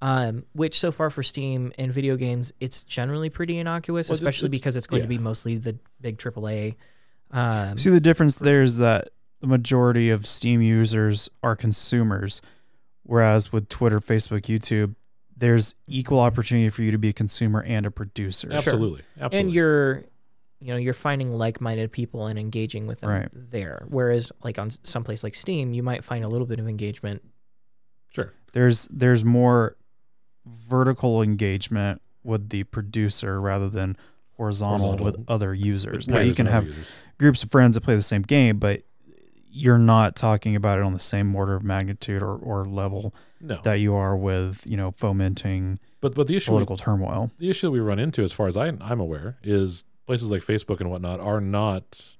Speaker 3: Um, which so far for Steam and video games, it's generally pretty innocuous,
Speaker 1: Well, it's-
Speaker 3: especially
Speaker 1: it's-
Speaker 3: because it's going to be
Speaker 1: yeah.
Speaker 3: mostly the big AAA. Um,
Speaker 2: See, the difference there is that the majority of Steam users are consumers, whereas with Twitter, Facebook, YouTube, there's equal opportunity for you to be a consumer and a producer.
Speaker 1: Absolutely. Absolutely.
Speaker 3: and you're, you know, you're finding like-minded people and engaging with them
Speaker 2: Right.
Speaker 3: there. Whereas, like on s- someplace like Steam, you might find a little bit of engagement.
Speaker 1: sure.
Speaker 2: There's there's more vertical engagement with the producer rather than horizontal,
Speaker 1: Horizontal.
Speaker 2: with other users.
Speaker 1: Yeah,
Speaker 2: Now you
Speaker 1: there's
Speaker 2: can
Speaker 1: no
Speaker 2: have
Speaker 1: users.
Speaker 2: groups of friends that play the same game, but you're not talking about it on the same order of magnitude or, or level
Speaker 1: no.
Speaker 2: that you are with, you know, fomenting
Speaker 1: But but the issue
Speaker 2: political turmoil.
Speaker 1: the issue that we run into, as far as I, I'm aware, is places like Facebook and whatnot are not.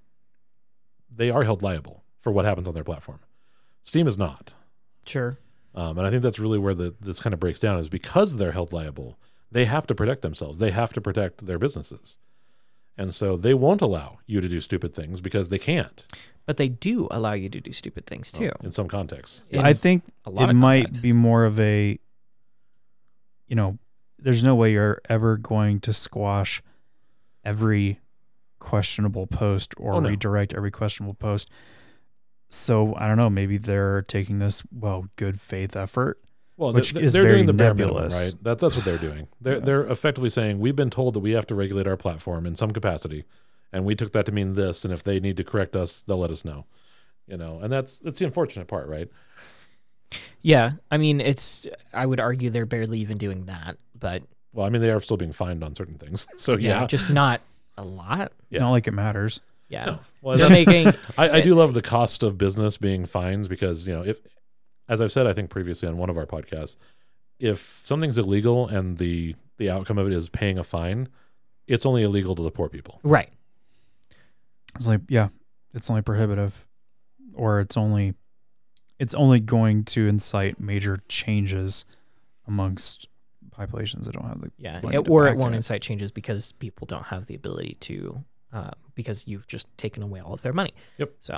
Speaker 1: They are held liable for what happens on their platform. Steam is not,
Speaker 3: Sure.
Speaker 1: um, and I think that's really where the this kind of breaks down is because they're held liable, they have to protect themselves. They have to protect their businesses, and so they won't allow you to do stupid things because they can't.
Speaker 3: But they do allow you to do stupid things too.
Speaker 1: in some contexts.
Speaker 3: in
Speaker 2: I think
Speaker 3: a
Speaker 2: it
Speaker 3: lot of
Speaker 2: might
Speaker 3: content.
Speaker 2: be more of a you know there's no way you're ever going to squash every questionable post or
Speaker 1: Oh, no.
Speaker 2: redirect every questionable post so i don't know maybe they're taking this well good faith effort
Speaker 1: Well,
Speaker 2: which
Speaker 1: they're,
Speaker 2: is
Speaker 1: they're
Speaker 2: very
Speaker 1: doing the bare minimum,
Speaker 2: nebulous.
Speaker 1: right? That, that's what they're doing. They're
Speaker 2: Yeah.
Speaker 1: they're effectively saying we've been told that we have to regulate our platform in some capacity, and we took that to mean this. And if they need to correct us, they'll let us know. You know, and that's that's the unfortunate part, right?
Speaker 3: yeah. I mean, it's. I would argue they're barely even doing that, but
Speaker 1: Well, I mean, they are still being fined on certain things. So yeah,
Speaker 3: yeah. just not a lot.
Speaker 1: Yeah.
Speaker 2: not like it matters
Speaker 3: Yeah.
Speaker 1: No. Well,
Speaker 3: They're
Speaker 1: that's-
Speaker 3: making
Speaker 1: I, I do love the cost of business being fines because you know if, as I've said, I think previously on one of our podcasts, if something's illegal and the the outcome of it is paying a fine, it's only illegal to the poor people.
Speaker 3: right.
Speaker 2: it's only yeah it's only prohibitive or it's only it's only going to incite major changes amongst populations that don't have the
Speaker 3: Yeah,
Speaker 2: Like
Speaker 3: it-
Speaker 2: to
Speaker 3: or it
Speaker 2: back
Speaker 3: won't
Speaker 2: it.
Speaker 3: incite changes because people don't have the ability to, uh, because you've just taken away all of their money.
Speaker 1: Yep.
Speaker 3: So,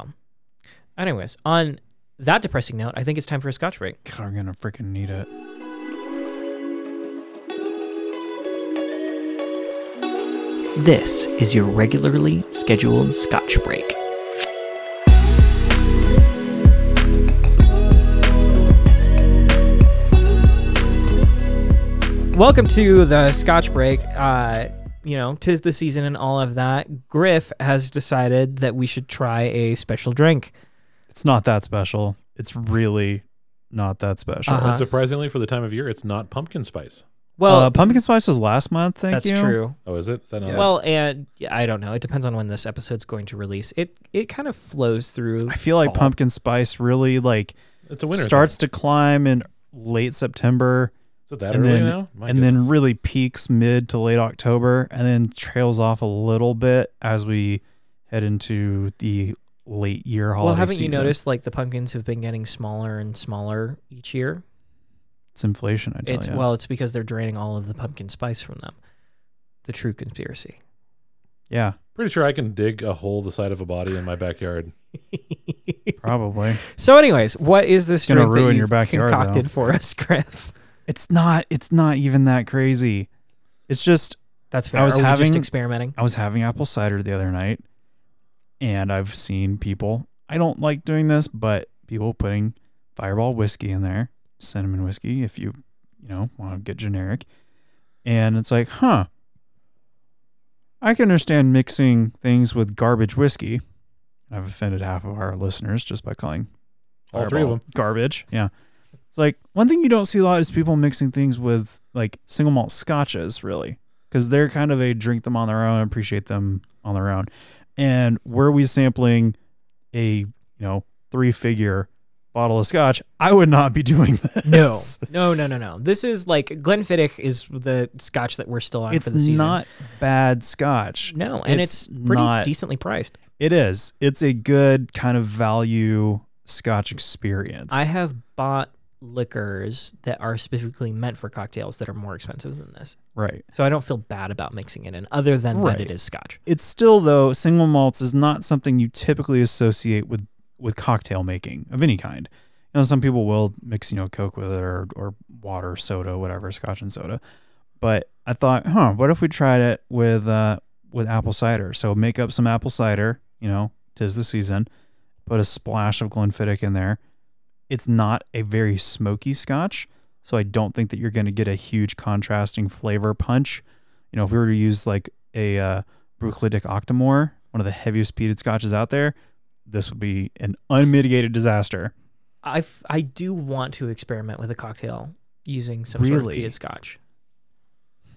Speaker 3: anyways, on that depressing note, I think it's time for a scotch break.
Speaker 2: God, I'm gonna freaking need it.
Speaker 3: This is your regularly scheduled scotch break. Welcome to the scotch break. Uh, you know, tis the season and all of that. Griff has decided that we should try a special drink.
Speaker 2: It's not that special. It's really not that special.
Speaker 3: Uh-huh.
Speaker 1: And surprisingly, for the time of year, it's not pumpkin spice.
Speaker 3: Well,
Speaker 2: uh, pumpkin spice was last month. Thank
Speaker 3: that's
Speaker 2: you.
Speaker 3: true.
Speaker 1: Oh, is it? Is that not
Speaker 3: Well, and yeah, I don't know. It depends on when this episode's going to release. It it kind of flows through.
Speaker 2: I feel like
Speaker 3: fall.
Speaker 2: pumpkin spice really like
Speaker 1: it's a winter.
Speaker 2: starts to climb in late September
Speaker 1: Is it that
Speaker 2: and
Speaker 1: early
Speaker 2: then-
Speaker 1: now? My
Speaker 2: and
Speaker 1: goodness.
Speaker 2: then really peaks mid to late October and then trails off a little bit as we head into the late year holiday
Speaker 3: Well, haven't you
Speaker 2: season.
Speaker 3: noticed like the pumpkins have been getting smaller and smaller each year?
Speaker 2: It's inflation. I tell
Speaker 3: It's
Speaker 2: ya.
Speaker 3: well, it's because they're draining all of the pumpkin spice from them. The true conspiracy.
Speaker 2: yeah.
Speaker 1: pretty sure I can dig a hole the side of a body in my backyard
Speaker 2: Probably.
Speaker 3: So, anyways, what is this
Speaker 2: gonna
Speaker 3: drink that
Speaker 2: ruin
Speaker 3: you've
Speaker 2: your backyard, though.
Speaker 3: concocted for us, Griff?
Speaker 2: It's not. It's not even that crazy. It's just
Speaker 3: That's fair.
Speaker 2: I was
Speaker 3: Are we just
Speaker 2: having-
Speaker 3: experimenting.
Speaker 2: I was having apple cider the other night, and I've seen people. I don't like doing this, but people putting Fireball whiskey in there, cinnamon whiskey, if you you know want to get generic, and it's like, huh. I can understand mixing things with garbage whiskey. I've offended half of our listeners just by calling
Speaker 1: All three of
Speaker 2: Fireball
Speaker 1: them.
Speaker 2: garbage. Yeah. It's like one thing you don't see a lot is people mixing things with like single malt scotches, really, because they're kind of a drink them on their own, appreciate them on their own. And were we sampling a, you know, three figure bottle of scotch, I would not be doing
Speaker 3: No,
Speaker 2: this.
Speaker 3: no, no, no, no. This is like Glenfiddich is the scotch that we're still on
Speaker 2: It's
Speaker 3: for the season.
Speaker 2: not bad scotch.
Speaker 3: no, and it's,
Speaker 2: it's
Speaker 3: pretty
Speaker 2: not-
Speaker 3: decently priced.
Speaker 2: It is. It's a good kind of value scotch experience.
Speaker 3: I have bought liquors that are specifically meant for cocktails that are more expensive than this.
Speaker 2: right.
Speaker 3: So I don't feel bad about mixing it in, other than
Speaker 2: Right.
Speaker 3: that it is scotch.
Speaker 2: it's still though single malts is not something you typically associate with with cocktail making of any kind. You know, some people will mix you know Coke with it or or water, soda, whatever, Scotch and soda. But I thought, huh, what if we tried it with uh with apple cider? So make up some apple cider. You know, tis the season. Put a splash of Glenfiddich in there. It's not a very smoky Scotch, so I don't think that you're going to get a huge contrasting flavor punch. You know, if we were to use like a uh, Bruclidic Octomore, one of the heaviest peated scotches out there, this would be an unmitigated disaster.
Speaker 3: I f- I do want to experiment with a cocktail using some sort of
Speaker 2: Really?
Speaker 3: peated scotch.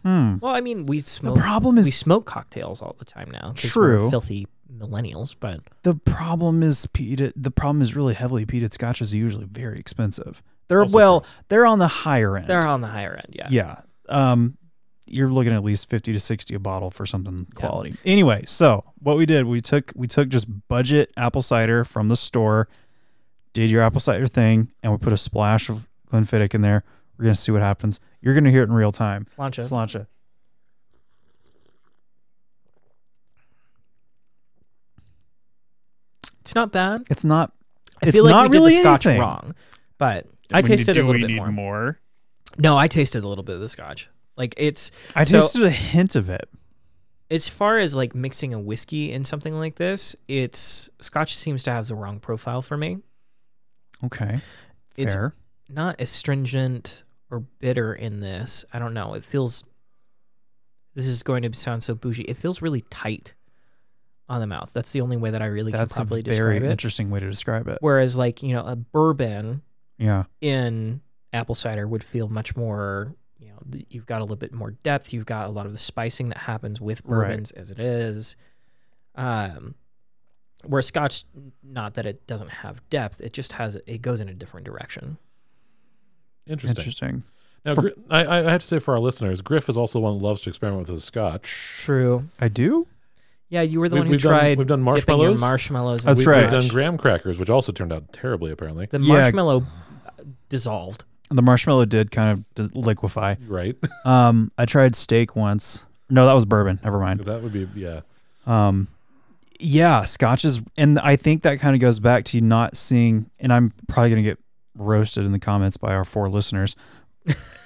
Speaker 2: Hmm.
Speaker 3: Well, I mean, we
Speaker 2: The
Speaker 3: smoke
Speaker 2: problem
Speaker 3: we
Speaker 2: is
Speaker 3: smoke cocktails all the time now. 'cause we're
Speaker 2: True.
Speaker 3: filthy millennials, but
Speaker 2: the problem is peated. The problem is really heavily peated scotches are usually very expensive. They're
Speaker 1: Also
Speaker 2: well, they're on the higher end.
Speaker 3: they're on the higher end. Yeah.
Speaker 2: yeah. Um, you're looking at least fifty to sixty a bottle for something quality. Anyway, so what we did, we took we took just budget apple cider from the store, did your apple cider thing, and we put a splash of Glenfiddich in there. We're gonna see what happens. You're gonna hear it in real time.
Speaker 3: Slancha.
Speaker 2: Slancha.
Speaker 3: it's not bad.
Speaker 2: It's not.
Speaker 3: I
Speaker 2: it's
Speaker 3: feel like
Speaker 2: not
Speaker 3: we
Speaker 2: really
Speaker 3: did the scotch
Speaker 2: anything.
Speaker 3: wrong, but I tasted a little bit more. No, I tasted a little bit of the scotch. Like it's
Speaker 2: I
Speaker 3: So-
Speaker 2: tasted a hint of it.
Speaker 3: as far as like mixing a whiskey in something like this, it's scotch seems to have the wrong profile for me.
Speaker 2: Okay.
Speaker 3: It's
Speaker 2: fair.
Speaker 3: not astringent or bitter in this. I don't know. It feels. This is going to sound so bougie. It feels really tight on the mouth. That's the only way that I really
Speaker 2: That's a
Speaker 3: can
Speaker 2: very
Speaker 3: properly describe it.
Speaker 2: interesting way to describe it.
Speaker 3: Whereas, like you know, a bourbon
Speaker 2: Yeah.
Speaker 3: in apple cider would feel much more. You know, th- you've got a little bit more depth. You've got a lot of the spicing that happens with
Speaker 2: Right.
Speaker 3: bourbons as it is. Um, where Scotch, not that it doesn't have depth, it just has it goes in a different direction.
Speaker 1: Interesting.
Speaker 2: Interesting.
Speaker 1: Now, Gri- I, I I have to say for our listeners, Griff is also one that loves to experiment with his scotch.
Speaker 3: True.
Speaker 2: I do.
Speaker 3: Yeah, you were the
Speaker 1: We-
Speaker 3: one who
Speaker 1: we've done-
Speaker 3: tried
Speaker 1: we've done
Speaker 3: dipping your
Speaker 1: marshmallows.
Speaker 3: marshmallows. in
Speaker 2: That's
Speaker 1: we,
Speaker 2: right.
Speaker 1: We've done
Speaker 3: scotch.
Speaker 1: graham crackers, which also turned out terribly, apparently.
Speaker 3: the
Speaker 2: Yeah.
Speaker 3: marshmallow uh, dissolved.
Speaker 2: The marshmallow did kind of d- liquefy.
Speaker 1: Right?
Speaker 2: Um, I tried steak once. No, that was bourbon. Never mind.
Speaker 1: that would be, yeah.
Speaker 2: Um, yeah, scotches, and I think that kind of goes back to not seeing. And I'm probably gonna get roasted in the comments by our four listeners.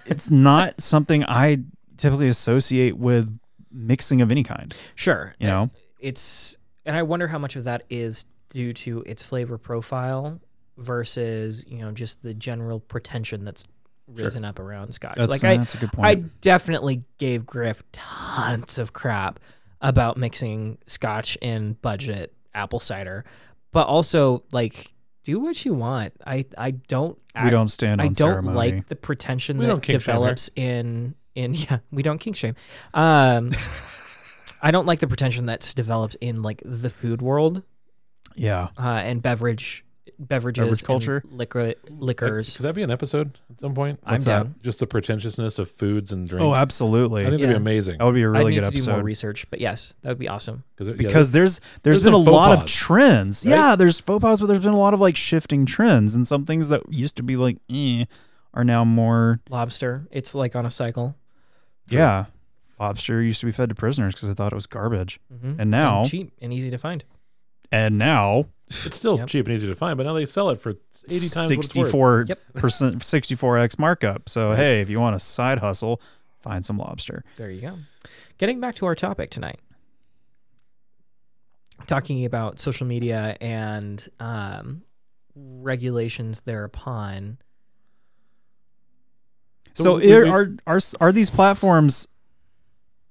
Speaker 2: it's not something I typically associate with mixing of any kind.
Speaker 3: Sure,
Speaker 2: You know,
Speaker 3: it's and I wonder how much of that is due to its flavor profile versus you know just the general pretension that's risen up around scotch.
Speaker 2: that's,
Speaker 3: like
Speaker 2: uh,
Speaker 3: I,
Speaker 2: that's a good point.
Speaker 3: I definitely gave Griff tons of crap about mixing scotch in budget apple cider, but also like do what you want. I I don't
Speaker 2: we
Speaker 3: act-
Speaker 2: don't stand on
Speaker 3: I don't
Speaker 2: ceremony.
Speaker 3: like the pretension
Speaker 1: We
Speaker 3: that
Speaker 1: don't kink shame here.
Speaker 3: develops in in yeah we don't kink shame. Um, I don't like the pretension that's developed in like the food world
Speaker 2: yeah,
Speaker 3: uh, and beverage beverages
Speaker 2: Beverage
Speaker 3: and
Speaker 2: culture?
Speaker 3: liquor liquors.
Speaker 1: Could that be an episode at some point?
Speaker 3: I'm
Speaker 2: what's that?
Speaker 3: down.
Speaker 1: Just the pretentiousness of foods and drinks.
Speaker 2: Oh,
Speaker 1: I
Speaker 2: absolutely.
Speaker 1: think that'd
Speaker 3: Yeah.
Speaker 1: be amazing.
Speaker 2: that would be a
Speaker 3: I
Speaker 2: really
Speaker 3: need
Speaker 2: good
Speaker 3: to do more
Speaker 2: episode.
Speaker 3: research, but yes, that would be awesome.
Speaker 1: it- yeah,
Speaker 2: because there's
Speaker 1: There's
Speaker 2: there's been a
Speaker 1: been faux
Speaker 2: lot of
Speaker 1: pas,
Speaker 2: trends.
Speaker 1: right?
Speaker 2: Yeah, there's faux pas, but there's been a lot of like shifting trends, and some things that used to be like eh, are now more
Speaker 3: Lobster, it's like on a cycle.
Speaker 2: yeah. Lobster used to be fed to prisoners because I thought it was garbage,
Speaker 3: Mm-hmm.
Speaker 2: and now
Speaker 3: cheap and easy to find.
Speaker 2: and now
Speaker 1: It's still
Speaker 3: Yep.
Speaker 1: cheap and easy to find, but now they sell it for eighty times what it's worth.
Speaker 2: 64
Speaker 3: Yep.
Speaker 2: percent 64x markup. So hey, if you want a side hustle, find some lobster.
Speaker 3: There you go. Getting back to our topic tonight, talking about social media and um, regulations thereupon.
Speaker 1: So
Speaker 2: So
Speaker 1: we- we-
Speaker 2: are,
Speaker 1: we-
Speaker 2: are are s- are these platforms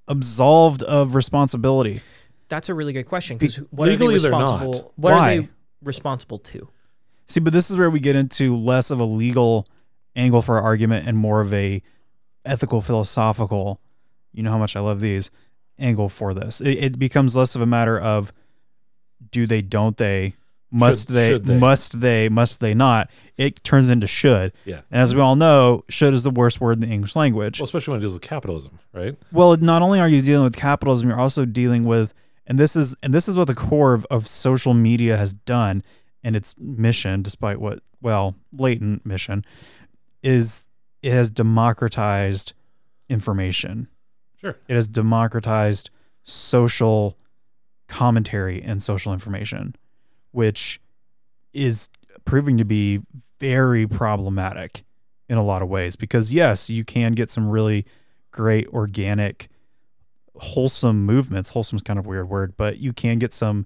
Speaker 2: absolved of responsibility?
Speaker 3: That's a really good question because
Speaker 2: Be-
Speaker 3: what
Speaker 1: legally
Speaker 3: are they
Speaker 1: they're not.
Speaker 3: responsible? What
Speaker 2: Why?
Speaker 3: are they responsible to?
Speaker 2: See, but this is where we get into less of a legal angle for our argument and more of a ethical philosophical. You know how much I love these angle for this. It, it becomes less of a matter of do they, don't they, must
Speaker 1: Should-
Speaker 2: they,
Speaker 1: should they?
Speaker 2: must they, must they not. It turns into should,
Speaker 1: Yeah.
Speaker 2: and as we all know, should is the worst word in the English language.
Speaker 1: Well, especially when it deals with capitalism, right?
Speaker 2: Well, not only are you dealing with capitalism, you're also dealing with, and this is and this is what the core of, of social media has done, and its mission, despite what well latent mission, is it has democratized information.
Speaker 1: Sure.
Speaker 2: It has democratized social commentary and social information, which is proving to be very problematic in a lot of ways. Because yes, you can get some really great organic wholesome movements wholesome's kind of a weird word but you can get some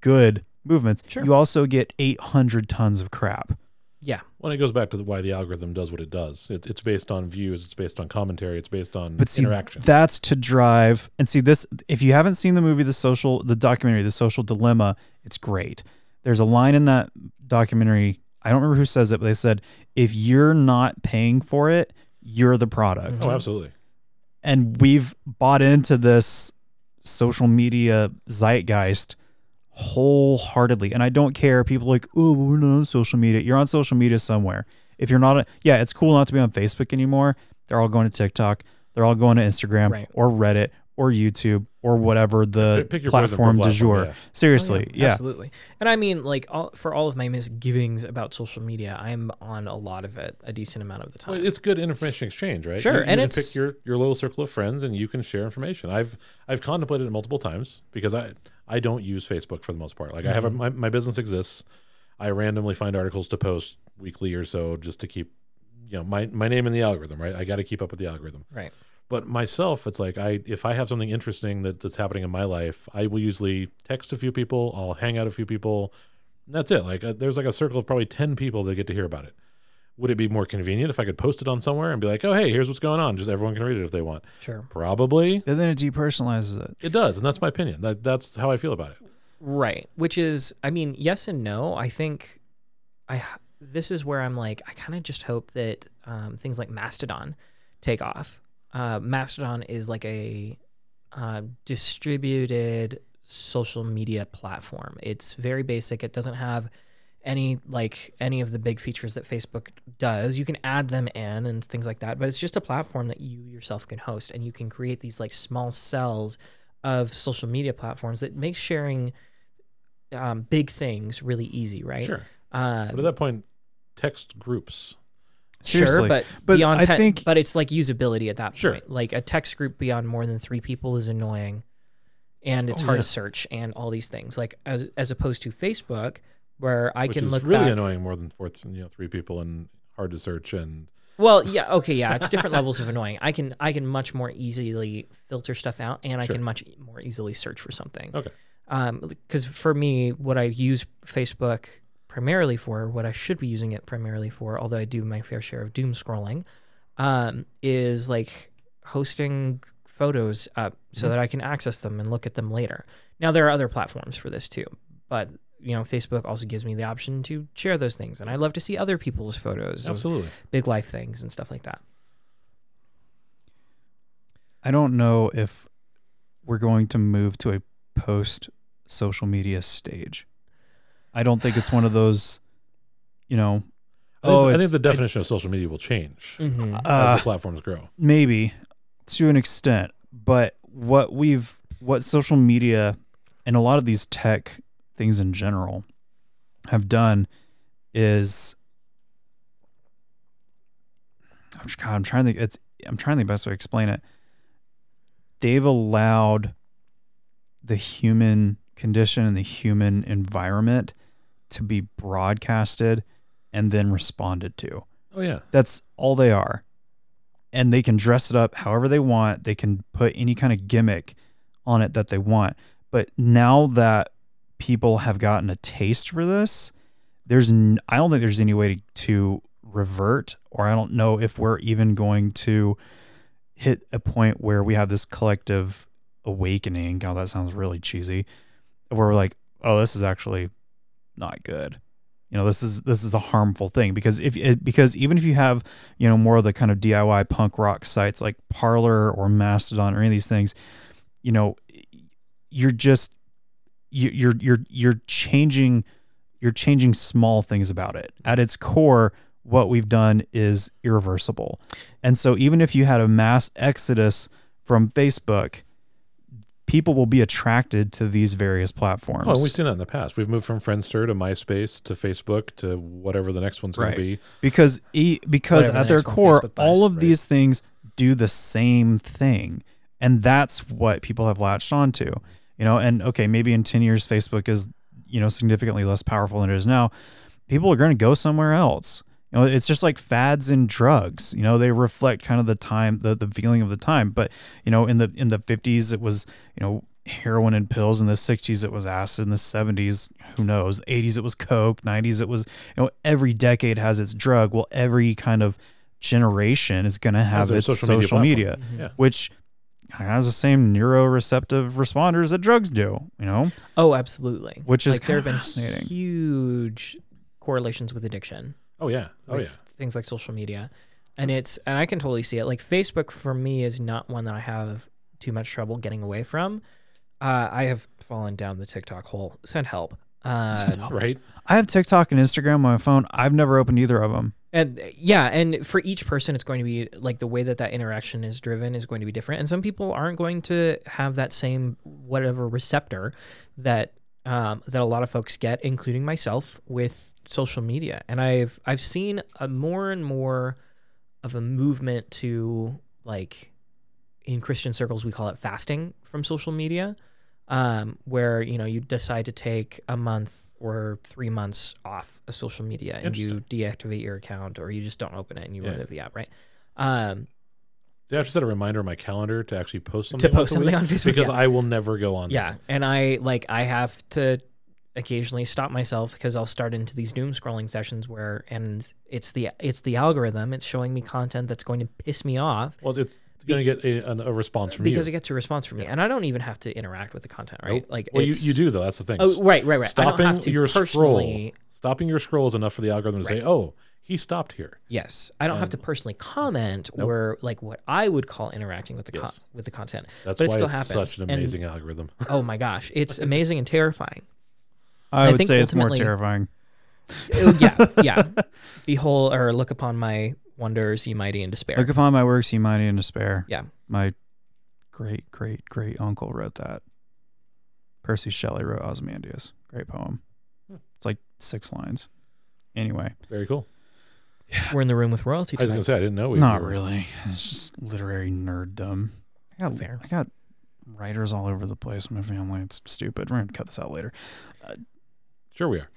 Speaker 2: good movements
Speaker 3: Sure.
Speaker 2: you also get 800 tons of crap
Speaker 3: Yeah,
Speaker 1: When it goes back to the, why the algorithm does what it does, it, it's based on views, it's based on commentary, it's based on
Speaker 2: but see
Speaker 1: interaction.
Speaker 2: that's to drive and see this if you haven't seen the movie the social the documentary the social dilemma it's great there's a line in that documentary i don't remember who says it but they said if you're not paying for it you're the product
Speaker 1: oh, absolutely.
Speaker 2: and we've bought into this social media zeitgeist wholeheartedly and i don't care people are like oh but we're not on social media you're on social media somewhere if you're not yeah it's cool not to be on facebook anymore they're all going to tiktok they're all going to instagram
Speaker 3: Right.
Speaker 2: or reddit or youtube or whatever the
Speaker 1: Pick- pick your poison for
Speaker 2: platform du
Speaker 1: platform,
Speaker 2: jour
Speaker 1: yeah.
Speaker 2: seriously
Speaker 3: Oh,
Speaker 2: yeah,
Speaker 3: absolutely. And I mean, like, all, for all of my misgivings about social media, I'm on a lot of it, a decent amount of the time.
Speaker 1: Well, it's good information exchange, right?
Speaker 3: Sure,
Speaker 1: you, you
Speaker 3: and
Speaker 1: can
Speaker 3: it's-
Speaker 1: pick your, your little circle of friends, and you can share information. I've I've contemplated it multiple times because I I don't use Facebook for the most part. Like I have
Speaker 3: Mm-hmm.
Speaker 1: a, my my business exists. I randomly find articles to post weekly or so just to keep you know my my name in the algorithm, right? I got to keep up with the algorithm.
Speaker 3: right.
Speaker 1: But myself, it's like I if I have something interesting that, that's happening in my life, I will usually text a few people, I'll hang out a few people, and that's it. Like uh, there's like a circle of probably ten people that get to hear about it. Would it be more convenient if I could post it on somewhere and be like, oh hey, here's what's going on, just everyone can read it if they want?
Speaker 3: Sure.
Speaker 1: Probably
Speaker 2: but then it depersonalizes it
Speaker 1: it does, and that's my opinion. That that's how I feel about it.
Speaker 3: Right. Which is, I mean, yes and no. I think I h- this is where I'm like, I kind of just hope that um, things like Mastodon take off. Uh, Mastodon is like a uh, distributed social media platform. It's very basic. It doesn't have any like any of the big features that Facebook does. You can add them in and things like that, but it's just a platform that you yourself can host and you can create these like small cells of social media platforms that make sharing um, big things really easy, right?
Speaker 1: Sure.
Speaker 3: Uh,
Speaker 1: But at that point, text groups.
Speaker 2: seriously
Speaker 3: Sure, but,
Speaker 2: But
Speaker 3: beyond
Speaker 2: I
Speaker 3: te-
Speaker 2: think-
Speaker 3: but it's like usability at that
Speaker 1: Sure.
Speaker 3: point. Like a text group beyond more than three people is annoying, and it's
Speaker 1: Oh,
Speaker 3: hard
Speaker 1: yeah.
Speaker 3: to search and all these things. Like as as opposed to Facebook, where I
Speaker 1: which
Speaker 3: can
Speaker 1: is
Speaker 3: look
Speaker 1: really
Speaker 3: back.
Speaker 1: annoying more than four, you know, three people and hard to search and
Speaker 3: Well, yeah, okay, yeah, it's different levels of annoying. I can I can much more easily filter stuff out, and I
Speaker 1: Sure.
Speaker 3: can much more easily search for something. Um,
Speaker 1: okay.
Speaker 3: because for me, what I use Facebook primarily for, what I should be using it primarily for, although I do my fair share of doom scrolling, um, is like hosting photos up so
Speaker 1: Mm-hmm.
Speaker 3: that I can access them and look at them later. Now there are other platforms for this too, but you know Facebook also gives me the option to share those things, and I love to see other people's photos of
Speaker 1: Absolutely.
Speaker 3: big life things and stuff like that.
Speaker 2: I don't know if we're going to move to a post social media stage. I don't think it's one of those, you know,
Speaker 1: I think,
Speaker 2: oh,
Speaker 1: I
Speaker 2: it's-
Speaker 1: think the definition of social media will change.
Speaker 2: uh,
Speaker 1: as the platforms grow.
Speaker 2: maybe to an extent, but what we've, what social media and a lot of these tech things in general have done is, I'm, tr- God, I'm trying to, it's, I'm trying the best way to explain it. They've allowed the human condition and the human environment to be broadcasted and then responded to.
Speaker 1: Oh yeah.
Speaker 2: That's all they are. And they can dress it up however they want. They can put any kind of gimmick on it that they want. But now that people have gotten a taste for this, there's n- I don't think there's any way to, to revert or I don't know if we're even going to hit a point where we have this collective awakening. God, that sounds really cheesy. Where we're like, "Oh, this is actually not good." you know this is this is a harmful thing because if it, because even if you have you know more of the kind of DIY punk rock sites like Parlor or Mastodon or any of these things, you know, you're just you, you're you're you're changing you're changing small things about it. At its core, what we've done is irreversible, and so even if you had a mass exodus from Facebook. People will be attracted to these various platforms.
Speaker 1: Oh, and we've seen that in the past. We've moved from Friendster to MySpace to Facebook to whatever the next one's going
Speaker 2: Right.
Speaker 1: to be.
Speaker 2: because e- because
Speaker 3: Whatever the
Speaker 2: at their
Speaker 3: next one
Speaker 2: core
Speaker 3: Facebook buys,
Speaker 2: all of
Speaker 3: right.
Speaker 2: these things do the same thing and that's what people have latched onto you know and okay maybe in 10 years facebook is you know significantly less powerful than it is now people are going to go somewhere else you know it's just like fads and drugs you know they reflect kind of the time the, the feeling of the time but you know in the in the 50s it was you know heroin and pills in the 60s it was acid in the 70s who knows 80s it was coke 90s it was you know every decade has its drug well every kind of generation is going to have
Speaker 1: their
Speaker 2: its
Speaker 1: social
Speaker 2: social,
Speaker 1: media platform.
Speaker 2: media
Speaker 1: Yeah.
Speaker 2: which has the same neuroreceptive responders that drugs do you know
Speaker 3: Oh, absolutely.
Speaker 2: Which is
Speaker 3: like there have been
Speaker 2: fascinating.
Speaker 3: huge correlations with addiction.
Speaker 1: Oh yeah. Oh yeah.
Speaker 3: with things like social media. And it's and I can totally see it. Like Facebook for me is not one that I have too much trouble getting away from. Uh, I have fallen down the TikTok hole. Send help. Uh,
Speaker 1: Right.
Speaker 2: i have tiktok and instagram on my phone i've never opened either of them
Speaker 3: and uh, yeah, and for each person, it's going to be like the way that that interaction is driven is going to be different. And some people aren't going to have that same whatever receptor that um, that a lot of folks get, including myself, with social media. And I've I've seen a more and more of a movement to like in Christian circles we call it fasting from social media, um, where you know you decide to take a month or three months off of social media and you deactivate your account or you just don't open it and you
Speaker 1: Yeah.
Speaker 3: remove the app, right? Um,
Speaker 1: See, I have to set a reminder on my calendar to actually post
Speaker 3: to
Speaker 1: something. once
Speaker 3: post
Speaker 1: a
Speaker 3: something
Speaker 1: week
Speaker 3: on Facebook
Speaker 1: because
Speaker 3: yeah.
Speaker 1: I will never go on.
Speaker 3: Yeah, and I like I have to occasionally stop myself because I'll start into these doom scrolling sessions where and it's the it's the algorithm it's showing me content that's going to piss me off
Speaker 1: Well, it's going to get a, an- a response from
Speaker 3: because it
Speaker 1: you.
Speaker 3: gets a response from me and I don't even have to interact with the content right like
Speaker 1: well, you,
Speaker 3: it's,
Speaker 1: you do though. That's the thing.
Speaker 3: oh right right right I don't
Speaker 1: Stopping
Speaker 3: have to
Speaker 1: your
Speaker 3: personally
Speaker 1: scroll. Stopping your scroll is enough for the algorithm to say, "Oh, he stopped here."
Speaker 3: yes I don't have to personally comment or like what I would call interacting with the con-
Speaker 1: Yes.
Speaker 3: with the content
Speaker 1: That's
Speaker 3: but it
Speaker 1: why
Speaker 3: still
Speaker 1: it's
Speaker 3: happens
Speaker 1: such an
Speaker 3: And,
Speaker 1: amazing algorithm.
Speaker 3: oh my gosh it's amazing and terrifying
Speaker 2: i,
Speaker 3: I
Speaker 2: would
Speaker 3: think
Speaker 2: say it's more
Speaker 3: ultimately-
Speaker 2: terrifying
Speaker 3: Oh, yeah, yeah. Behold or look upon my wonders, ye mighty in despair.
Speaker 2: look upon my works ye mighty in despair
Speaker 3: Yeah.
Speaker 2: my great great great uncle wrote that percy shelley wrote ozymandias great poem
Speaker 1: Hmm.
Speaker 2: it's like six lines anyway
Speaker 1: Very cool.
Speaker 3: We're in the room with royalty
Speaker 1: I was
Speaker 3: tonight.
Speaker 1: going to say I didn't know. we
Speaker 2: Not
Speaker 1: were-
Speaker 2: really. It's just literary nerddom. I got
Speaker 3: Fair.
Speaker 2: I got writers all over the place in my family. It's stupid. We're gonna cut this out later.
Speaker 1: Sure, we are.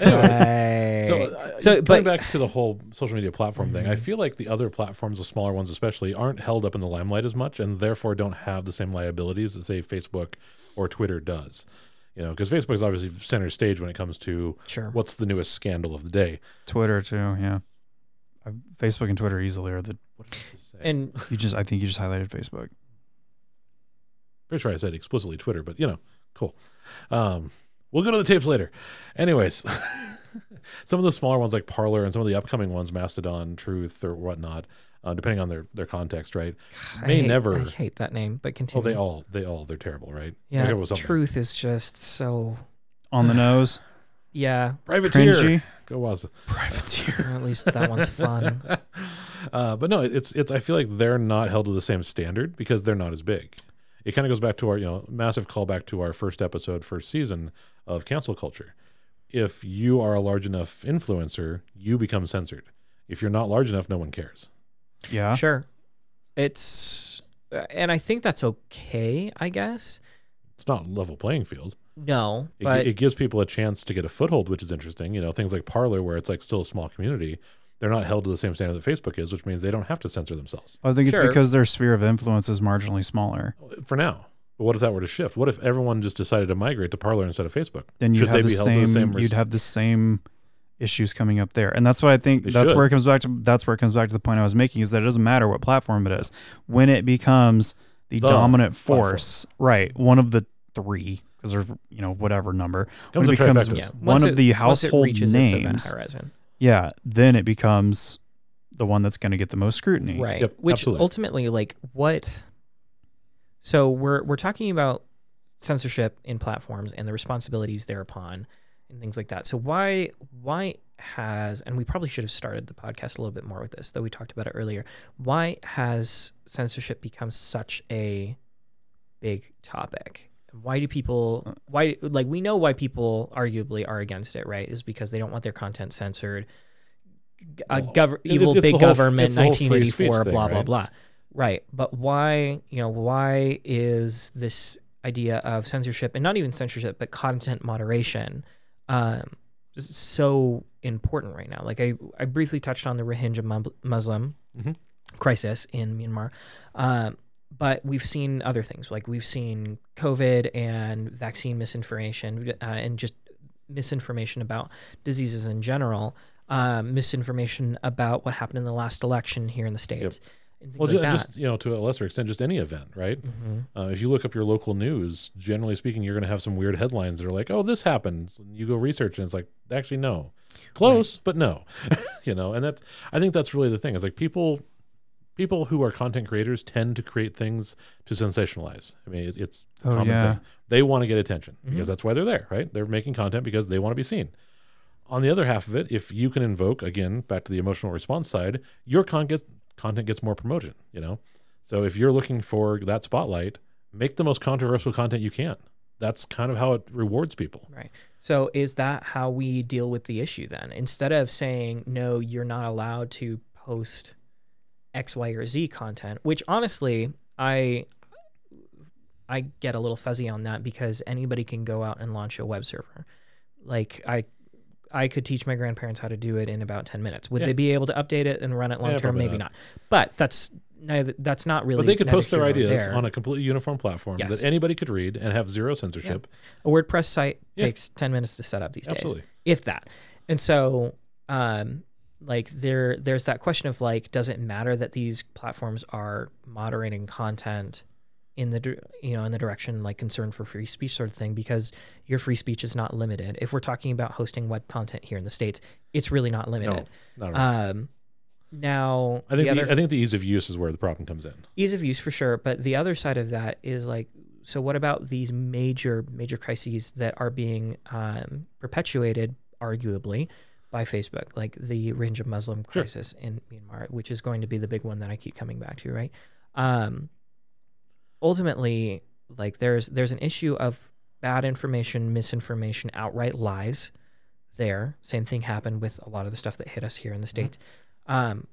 Speaker 1: Anyways, So,
Speaker 3: so,
Speaker 1: uh,
Speaker 3: So,
Speaker 1: going
Speaker 3: but-
Speaker 1: back to the whole social media platform thing, I feel like the other platforms, the smaller ones especially, aren't held up in the limelight as much, and therefore don't have the same liabilities that say Facebook or Twitter does. You know, because Facebook is obviously center stage when it comes to
Speaker 3: sure.
Speaker 1: what's the newest scandal of the day.
Speaker 2: Twitter too. Yeah. Uh, Facebook and Twitter easily are the.
Speaker 1: What did I just say?
Speaker 3: And
Speaker 2: You just. I think you just highlighted Facebook.
Speaker 1: pretty sure I said explicitly Twitter, but you know, cool. Um, we'll go to the tapes later. Anyways, some of the smaller ones like Parlor and some of the upcoming ones, Mastodon, Truth, or whatnot, uh, depending on their their context, right?
Speaker 3: I
Speaker 1: May
Speaker 3: hate-
Speaker 1: never.
Speaker 3: I hate that name, but
Speaker 1: Oh,
Speaker 3: continue.
Speaker 1: they all, they all, they're terrible, right?
Speaker 3: yeah,
Speaker 1: Okay, well, something.
Speaker 3: truth is just so.
Speaker 2: On the nose.
Speaker 3: Yeah,
Speaker 1: Privateer.
Speaker 2: Cringy.
Speaker 1: Go was.
Speaker 2: Privateer.
Speaker 3: or at least that one's fun.
Speaker 1: Uh, but no, it's it's. I feel like they're not held to the same standard because they're not as big. It kind of goes back to our you know massive callback to our first episode, first season of cancel culture. If you are a large enough influencer, you become censored. If you're not large enough, no one cares.
Speaker 2: Yeah.
Speaker 3: Sure, it's and I think that's okay. I guess
Speaker 1: It's not level playing field.
Speaker 3: No,
Speaker 1: It,
Speaker 3: but
Speaker 1: it gives people a chance to get a foothold, which is interesting. You know, things like Parlor, where it's like still a small community, they're not held to the same standard that Facebook is, which means they don't have to censor themselves
Speaker 2: I think
Speaker 3: Sure.
Speaker 2: it's because their sphere of influence is marginally smaller.
Speaker 1: for now. But what if that were to shift? What if everyone just decided to migrate to Parlor instead of Facebook?
Speaker 2: Then you'd
Speaker 1: Should they
Speaker 2: have the
Speaker 1: be held to
Speaker 2: same,
Speaker 1: the same? res-
Speaker 2: you'd have the same issues coming up there. And that's why I think
Speaker 1: They
Speaker 2: that's
Speaker 1: should.
Speaker 2: where it comes back to that's where it comes back to the point I was making is that it doesn't matter what platform it is. When it becomes the,
Speaker 1: The
Speaker 2: dominant
Speaker 1: platform.
Speaker 2: force, right, one of the three because there's you know whatever number
Speaker 1: Comes
Speaker 2: when it
Speaker 1: the
Speaker 2: becomes
Speaker 1: trifecta.
Speaker 3: yeah,
Speaker 1: One
Speaker 2: one
Speaker 3: once
Speaker 2: of
Speaker 3: it-
Speaker 2: the
Speaker 3: once it
Speaker 2: household
Speaker 3: reaches its event
Speaker 2: names
Speaker 3: horizon.
Speaker 2: yeah then it becomes the one that's going to get the most scrutiny
Speaker 3: right
Speaker 1: Yep,
Speaker 3: which
Speaker 1: absolutely.
Speaker 3: ultimately like what so we're we're talking about censorship in platforms and the responsibilities thereupon and things like that so why why has and we probably should have started the podcast a little bit more with this though we talked about it earlier why has censorship become such a big topic why do people why like we know why people arguably are against it right is because they don't want their content censored G- uh,
Speaker 1: Well,
Speaker 3: gov-
Speaker 1: it-
Speaker 3: evil
Speaker 1: it's
Speaker 3: big
Speaker 1: the whole-
Speaker 3: government
Speaker 1: it's the whole free
Speaker 3: 1984
Speaker 1: speech thing,
Speaker 3: blah blah
Speaker 1: right?
Speaker 3: blah right but why you know why is this idea of censorship and not even censorship but content moderation um s- so important right now like i i briefly touched on the rohingya Mu- muslim
Speaker 1: Mhm.
Speaker 3: crisis in myanmar um but we've seen other things like we've seen covid and vaccine misinformation uh, and just misinformation about diseases in general um, misinformation about what happened in the last election here in the states and things
Speaker 1: Well,
Speaker 3: like
Speaker 1: ju-
Speaker 3: that
Speaker 1: just you know, to a lesser extent, just any event, right?
Speaker 3: Mhm.
Speaker 2: Mm-hmm.
Speaker 1: Uh, if you look up your local news, generally speaking, you're going to have some weird headlines that are like, "Oh, this happens." And you go research, and it's like, actually, no, close, but no, you know. And that's, I think that's really the thing. Is like people, people who are content creators tend to create things to sensationalize. I mean, it's, it's a
Speaker 2: Oh,
Speaker 1: common
Speaker 2: yeah. Mm-hmm.
Speaker 1: thing. They want to get attention
Speaker 3: Mhm.
Speaker 1: because that's why they're there, right? They're making content because they want to be seen. On the other half of it, if you can invoke again back to the emotional response side, your con- gets, content gets more promotion. You know, so if you're looking for that spotlight, make the most controversial content you can. That's kind of how it rewards people.
Speaker 3: Right. So is that how we deal with the issue then? Instead of saying no, you're not allowed to post X, Y, or Z content, which honestly, I I get a little fuzzy on that because anybody can go out and launch a web server. Like I I could teach my grandparents how to do it in about 10 minutes. Would
Speaker 1: Yeah.
Speaker 3: they be able to update it and run it long term?
Speaker 1: probably
Speaker 3: Maybe
Speaker 1: not.
Speaker 3: not. But that's neither, that's not really
Speaker 1: but they could
Speaker 3: neither
Speaker 1: post their
Speaker 3: here nor
Speaker 1: ideas
Speaker 3: there.
Speaker 1: on a completely uniform platform
Speaker 3: Yes.
Speaker 1: that anybody could read and have zero censorship.
Speaker 3: a WordPress site
Speaker 1: Yeah.
Speaker 3: takes 10 minutes to set up these days.
Speaker 1: Absolutely.
Speaker 3: if that. And so, um, like there, there's that question of like, does it matter that these platforms are moderating content in the, dir- you know, in the direction like concern for free speech sort of thing? Because your free speech is not limited. If we're talking about hosting web content here in the states, it's really not limited.
Speaker 1: No, not at all.
Speaker 3: Um, now,
Speaker 1: I think
Speaker 3: the
Speaker 1: the,
Speaker 3: other-
Speaker 1: I think the ease of use is where the problem comes in.
Speaker 3: ease of use for sure but the other side of that is like so what about these major major crises that are being um, perpetuated arguably by facebook like the range of muslim
Speaker 1: Sure.
Speaker 3: crisis in myanmar which is going to be the big one that i keep coming back to right um, ultimately like there's there's an issue of bad information misinformation outright lies there same thing happened with a lot of the stuff that hit us here in the states um,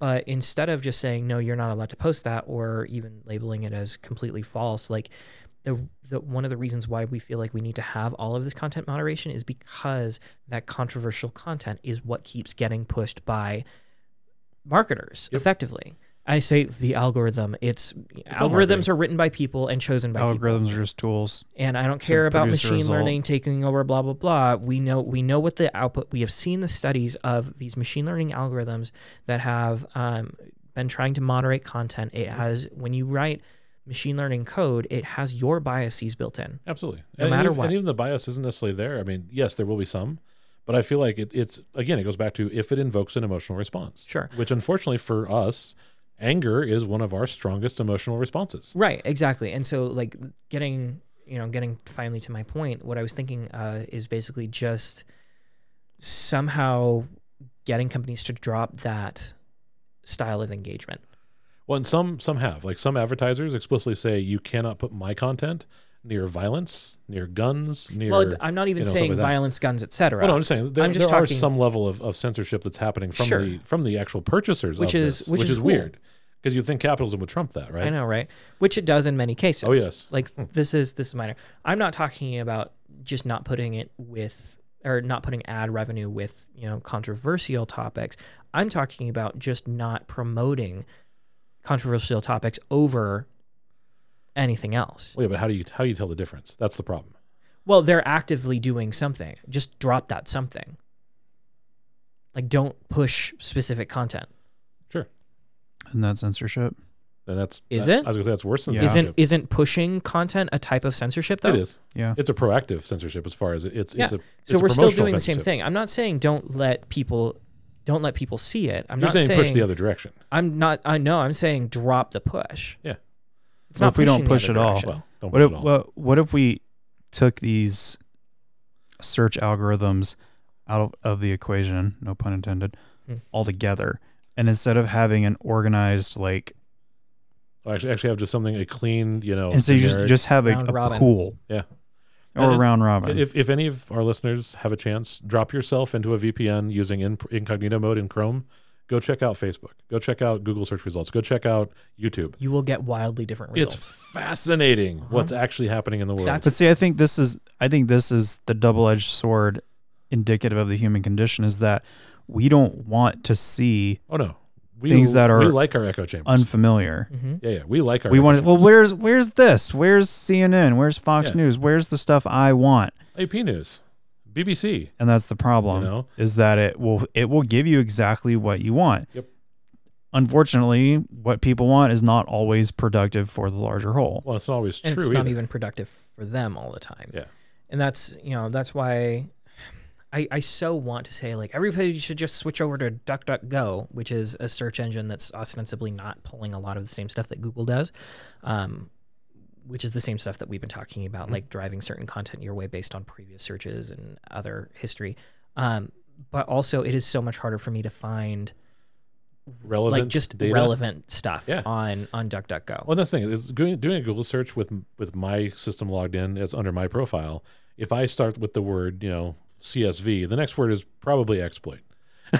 Speaker 3: but instead of just saying no you're not allowed to post that or even labeling it as completely false like the, the one of the reasons why we feel like we need to have all of this content moderation is because that controversial content is what keeps getting pushed by marketers
Speaker 1: Yep.
Speaker 3: effectively i say the algorithm it's,
Speaker 1: all
Speaker 3: algorithms
Speaker 1: marketing.
Speaker 3: are written by people and chosen by people
Speaker 2: algorithms are just tools
Speaker 3: and I don't
Speaker 2: to
Speaker 3: care about
Speaker 2: produce a
Speaker 3: machine
Speaker 2: result.
Speaker 3: learning taking over, blah blah blah. We know we know what the output. We have seen the studies of these machine learning algorithms that have um, been trying to moderate content. It has when you write machine learning code, it has your biases built in.
Speaker 1: Absolutely.
Speaker 3: No
Speaker 1: and
Speaker 3: matter
Speaker 1: even,
Speaker 3: what.
Speaker 1: And even the bias isn't necessarily there. I mean, yes, there will be some, but I feel like it, it's, again, it goes back to if it invokes an emotional response.
Speaker 3: Sure.
Speaker 1: Which, unfortunately for us, anger is one of our strongest emotional responses.
Speaker 3: Right, exactly. And so like getting, you know, getting finally to my point, what I was thinking uh, is basically just somehow getting companies to drop that style of engagement.
Speaker 1: Well, and some, some have. Like some advertisers explicitly say, you cannot put my content near violence, near guns, near.
Speaker 3: Well, I'm not even
Speaker 1: you know, stuff
Speaker 3: saying
Speaker 1: like that.
Speaker 3: violence, guns, etc.
Speaker 1: Well, no, I'm just saying there,
Speaker 3: I'm just
Speaker 1: there are
Speaker 3: talking-
Speaker 1: some level of, of censorship that's happening from
Speaker 3: Sure.
Speaker 1: the from the actual purchasers,
Speaker 3: Which
Speaker 1: of
Speaker 3: is-
Speaker 1: this,
Speaker 3: which is
Speaker 1: is,
Speaker 3: cool.
Speaker 1: weird because you think capitalism would trump that, right?
Speaker 3: I know, right? Which it does in many cases.
Speaker 1: Oh, yes.
Speaker 3: Like this is this is minor. I'm not talking about just not putting it with or not putting ad revenue with you know controversial topics i'm talking about just not promoting controversial topics over anything else
Speaker 1: Well, yeah, but how do you how do you tell the difference? That's the problem.
Speaker 3: well they're actively doing something just drop that something like don't push specific content
Speaker 1: Sure.
Speaker 2: Isn't that censorship?
Speaker 1: And that's
Speaker 3: Is
Speaker 1: that-
Speaker 3: it?
Speaker 1: I was gonna say that's worse than
Speaker 2: Yeah.
Speaker 3: isn't
Speaker 1: censorship.
Speaker 3: isn't pushing content a type of censorship though
Speaker 1: It is.
Speaker 2: Yeah.
Speaker 1: It's a proactive censorship as far as it, it's it's a
Speaker 3: Yeah.
Speaker 1: it's
Speaker 3: so
Speaker 1: a
Speaker 3: we're still
Speaker 1: promotional
Speaker 3: doing the same
Speaker 1: censorship.
Speaker 3: thing i'm not saying don't let people don't let people see it i'm
Speaker 1: You're
Speaker 3: not
Speaker 1: saying,
Speaker 3: saying,
Speaker 1: push the other direction.
Speaker 3: i'm not i know i'm saying drop the push
Speaker 1: Yeah.
Speaker 3: it's
Speaker 2: Well,
Speaker 3: not
Speaker 2: if we don't
Speaker 3: pushing
Speaker 2: push
Speaker 3: the other
Speaker 2: at all,
Speaker 3: direction.
Speaker 1: Well, don't
Speaker 2: What
Speaker 1: push
Speaker 2: if
Speaker 1: it all.
Speaker 2: what, what if we took these search algorithms out of, of the equation, no pun intended,
Speaker 3: Hmm.
Speaker 2: altogether, and instead of having an organized like,
Speaker 1: Well, actually, actually have just something a clean, you know.
Speaker 2: and so you just
Speaker 1: Oh, generic-
Speaker 2: just have a,
Speaker 3: round
Speaker 2: a
Speaker 3: robin.
Speaker 2: pool,
Speaker 1: Yeah.
Speaker 2: or a
Speaker 1: And-
Speaker 2: round robin.
Speaker 1: if if any of our listeners have a chance, drop yourself into a VPN using in, incognito mode in Chrome. Go check out Facebook. Go check out Google search results. Go check out YouTube.
Speaker 3: you will get wildly different results Uh-huh.
Speaker 1: It's fascinating what's actually happening in the world.
Speaker 3: That's-
Speaker 2: But see, I think this is I think this is the double-edged sword indicative of the human condition is that we don't want to see
Speaker 1: oh no, we,
Speaker 2: Things that are
Speaker 1: we like our echo chambers.
Speaker 2: unfamiliar.
Speaker 3: Mm-hmm.
Speaker 1: yeah, yeah, we like our.
Speaker 2: We
Speaker 1: echo
Speaker 2: want to, well,
Speaker 1: chambers.
Speaker 2: where's where's this? Where's CNN? Where's Fox
Speaker 1: Yeah.
Speaker 2: News? Where's the stuff I want?
Speaker 1: AP News, BBC.
Speaker 2: And that's the problem
Speaker 1: You know?
Speaker 2: is that it will it will give you exactly what you want.
Speaker 1: Yep.
Speaker 2: Unfortunately, what people want is not always productive for the larger whole.
Speaker 1: Well, it's not always
Speaker 3: and
Speaker 1: true.
Speaker 3: it's not
Speaker 1: either.
Speaker 3: even productive for them all the time
Speaker 1: Yeah.
Speaker 3: and that's you know that's why I, I so want to say like everybody should just switch over to DuckDuckGo, which is a search engine that's ostensibly not pulling a lot of the same stuff that Google does, um, which is the same stuff that we've been talking about,
Speaker 1: Mm-hmm.
Speaker 3: like driving certain content your way based on previous searches and other history. Um, but also, it is so much harder for me to find
Speaker 1: relevant.
Speaker 3: like just
Speaker 1: data.
Speaker 3: relevant stuff
Speaker 1: Yeah.
Speaker 3: on on DuckDuckGo.
Speaker 1: Well, that's the thing is doing, doing a Google search with with my system logged in as under my profile. If I start with the word, you know, CSV, the next word is probably exploit.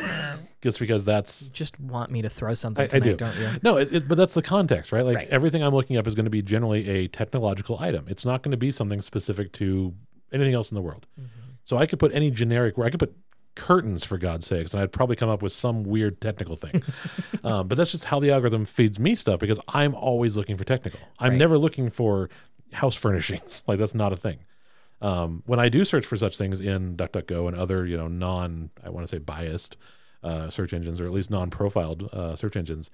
Speaker 1: Just because that's
Speaker 3: You just want me to throw
Speaker 1: I,
Speaker 3: something
Speaker 1: I do.
Speaker 3: tonight, don't you?
Speaker 1: No, it's it, but that's the context, right? Like
Speaker 3: Right.
Speaker 1: everything I'm looking up is going to be generally a technological item. It's not going to be something specific to anything else in the world.
Speaker 3: Mm-hmm.
Speaker 1: So I could put any generic word. I could put curtains for God's sakes, and I'd probably come up with some weird technical thing. um, but that's just how the algorithm feeds me stuff because I'm always looking for technical. I'm
Speaker 3: Right.
Speaker 1: never looking for house furnishings. like that's not a thing. Um, when I do search for such things in DuckDuckGo and other, you know, non, I want to say biased uh, search engines or at least non-profiled uh, search engines,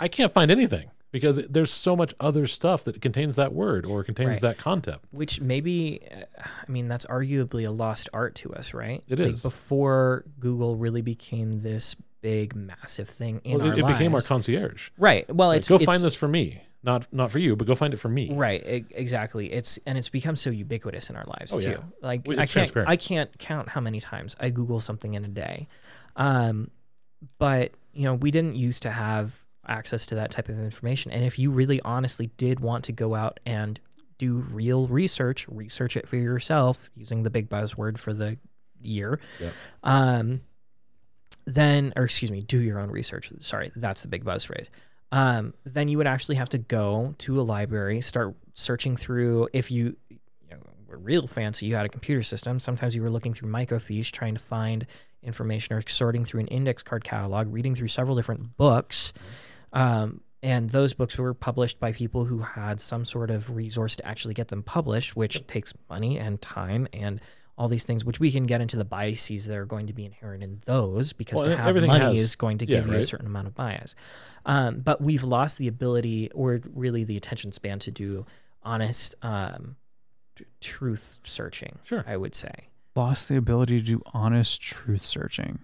Speaker 1: I can't find anything because there's so much other stuff that contains that word or contains
Speaker 3: Right.
Speaker 1: that concept.
Speaker 3: which maybe uh, i mean that's arguably a lost art to us right
Speaker 1: It
Speaker 3: It
Speaker 1: is.
Speaker 3: is before google really became this big massive thing in
Speaker 1: Well,
Speaker 3: our
Speaker 1: it, it became our
Speaker 3: lives.
Speaker 1: concierge.
Speaker 3: right well
Speaker 1: Like,
Speaker 3: it's
Speaker 1: go
Speaker 3: it's-
Speaker 1: find this for me, not not for you, but go find it for me.
Speaker 3: right e- exactly it's and it's become so ubiquitous in our lives
Speaker 1: Oh,
Speaker 3: too
Speaker 1: yeah.
Speaker 3: like
Speaker 1: Well,
Speaker 3: i
Speaker 1: it's
Speaker 3: can't
Speaker 1: transparent.
Speaker 3: i can't count how many times i google something in a day um but you know we didn't used to have access to that type of information and if you really honestly did want to go out and do real research research it for yourself using the big buzzword for the year
Speaker 1: Yep.
Speaker 3: um then or excuse me do your own research sorry that's the big buzz phrase um then you would actually have to go to a library start searching through if you, you know, were real fancy you had a computer system sometimes you were looking through microfiche trying to find information or sorting through an index card catalog reading through several different books um, and those books were published by people who had some sort of resource to actually get them published, which takes money and time and all these things, which we can get into the biases that are going to be inherent in those because
Speaker 1: Well,
Speaker 3: to
Speaker 1: and
Speaker 3: have
Speaker 1: everything
Speaker 3: money
Speaker 1: has-
Speaker 3: is going to
Speaker 1: yeah,
Speaker 3: give you
Speaker 1: right.
Speaker 3: a certain amount of bias. Um, but we've lost the ability or really the attention span to do honest um, t- truth searching,
Speaker 1: Sure.
Speaker 3: I would say.
Speaker 2: Lost the ability to do honest truth searching.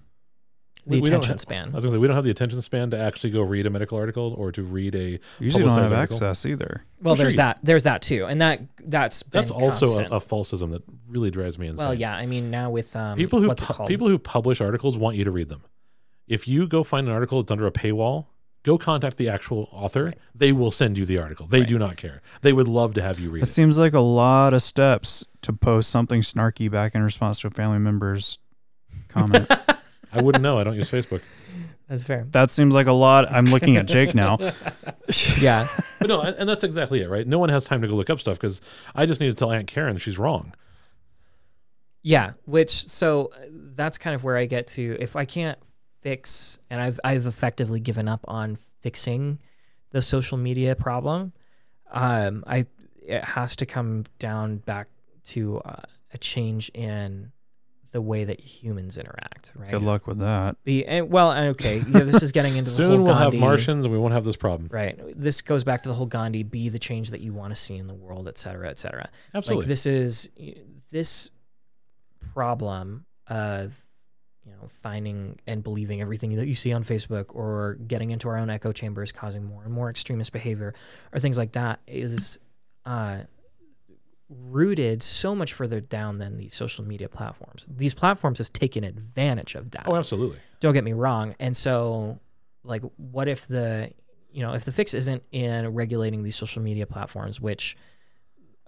Speaker 3: The
Speaker 1: We- we don't
Speaker 3: attention
Speaker 1: have- I
Speaker 3: span.
Speaker 1: was gonna say we don't have the attention span to actually go read a medical article or to read a.
Speaker 2: We usually don't
Speaker 1: publicized
Speaker 2: have
Speaker 1: article.
Speaker 2: access either.
Speaker 3: Well,
Speaker 1: I'm sure
Speaker 3: there's
Speaker 1: you-
Speaker 3: that. There's that too, and that that's been
Speaker 1: That's also
Speaker 3: constant.
Speaker 1: a, a falsism that really drives me insane.
Speaker 3: Well, yeah, I mean now with um,
Speaker 1: people who
Speaker 3: what's it
Speaker 1: pu-
Speaker 3: called?
Speaker 1: people who publish articles want you to read them. If you go find an article that's under a paywall, go contact the actual author. They will send you the article. They do not care. They would love to have you read
Speaker 2: It
Speaker 1: it.
Speaker 2: seems like a lot of steps to post something snarky back in response to a family member's comment.
Speaker 1: I wouldn't know. I don't use Facebook.
Speaker 3: That's fair.
Speaker 2: that seems like a lot. I'm looking at Jake now.
Speaker 3: Yeah,
Speaker 1: But no, and and that's exactly it, right? No one has time to go look up stuff because I just need to tell Aunt Karen she's wrong.
Speaker 3: Yeah, which so uh, that's kind of where I get to if I can't fix and I've I've effectively given up on fixing the social media problem. Um I it has to come down back to uh, a change in the way that humans interact, right?
Speaker 2: Good luck with that.
Speaker 3: The and, well, and okay, yeah, this is getting into the whole
Speaker 1: Soon we'll have
Speaker 3: Oh, Gandhi-
Speaker 1: Martians and we won't have this problem.
Speaker 3: Right. This goes back to the whole Gandhi be the change that you want to see in the world, et cetera, et cetera.
Speaker 1: Absolutely.
Speaker 3: Like this is this problem of you know finding and believing everything that you see on Facebook or getting into our own echo chambers, causing more and more extremist behavior or things like that is uh, rooted so much further down than the social media platforms. These platforms have taken advantage of that
Speaker 1: oh, absolutely.
Speaker 3: don't get me wrong and so like what if the you know if the fix isn't in regulating these social media platforms which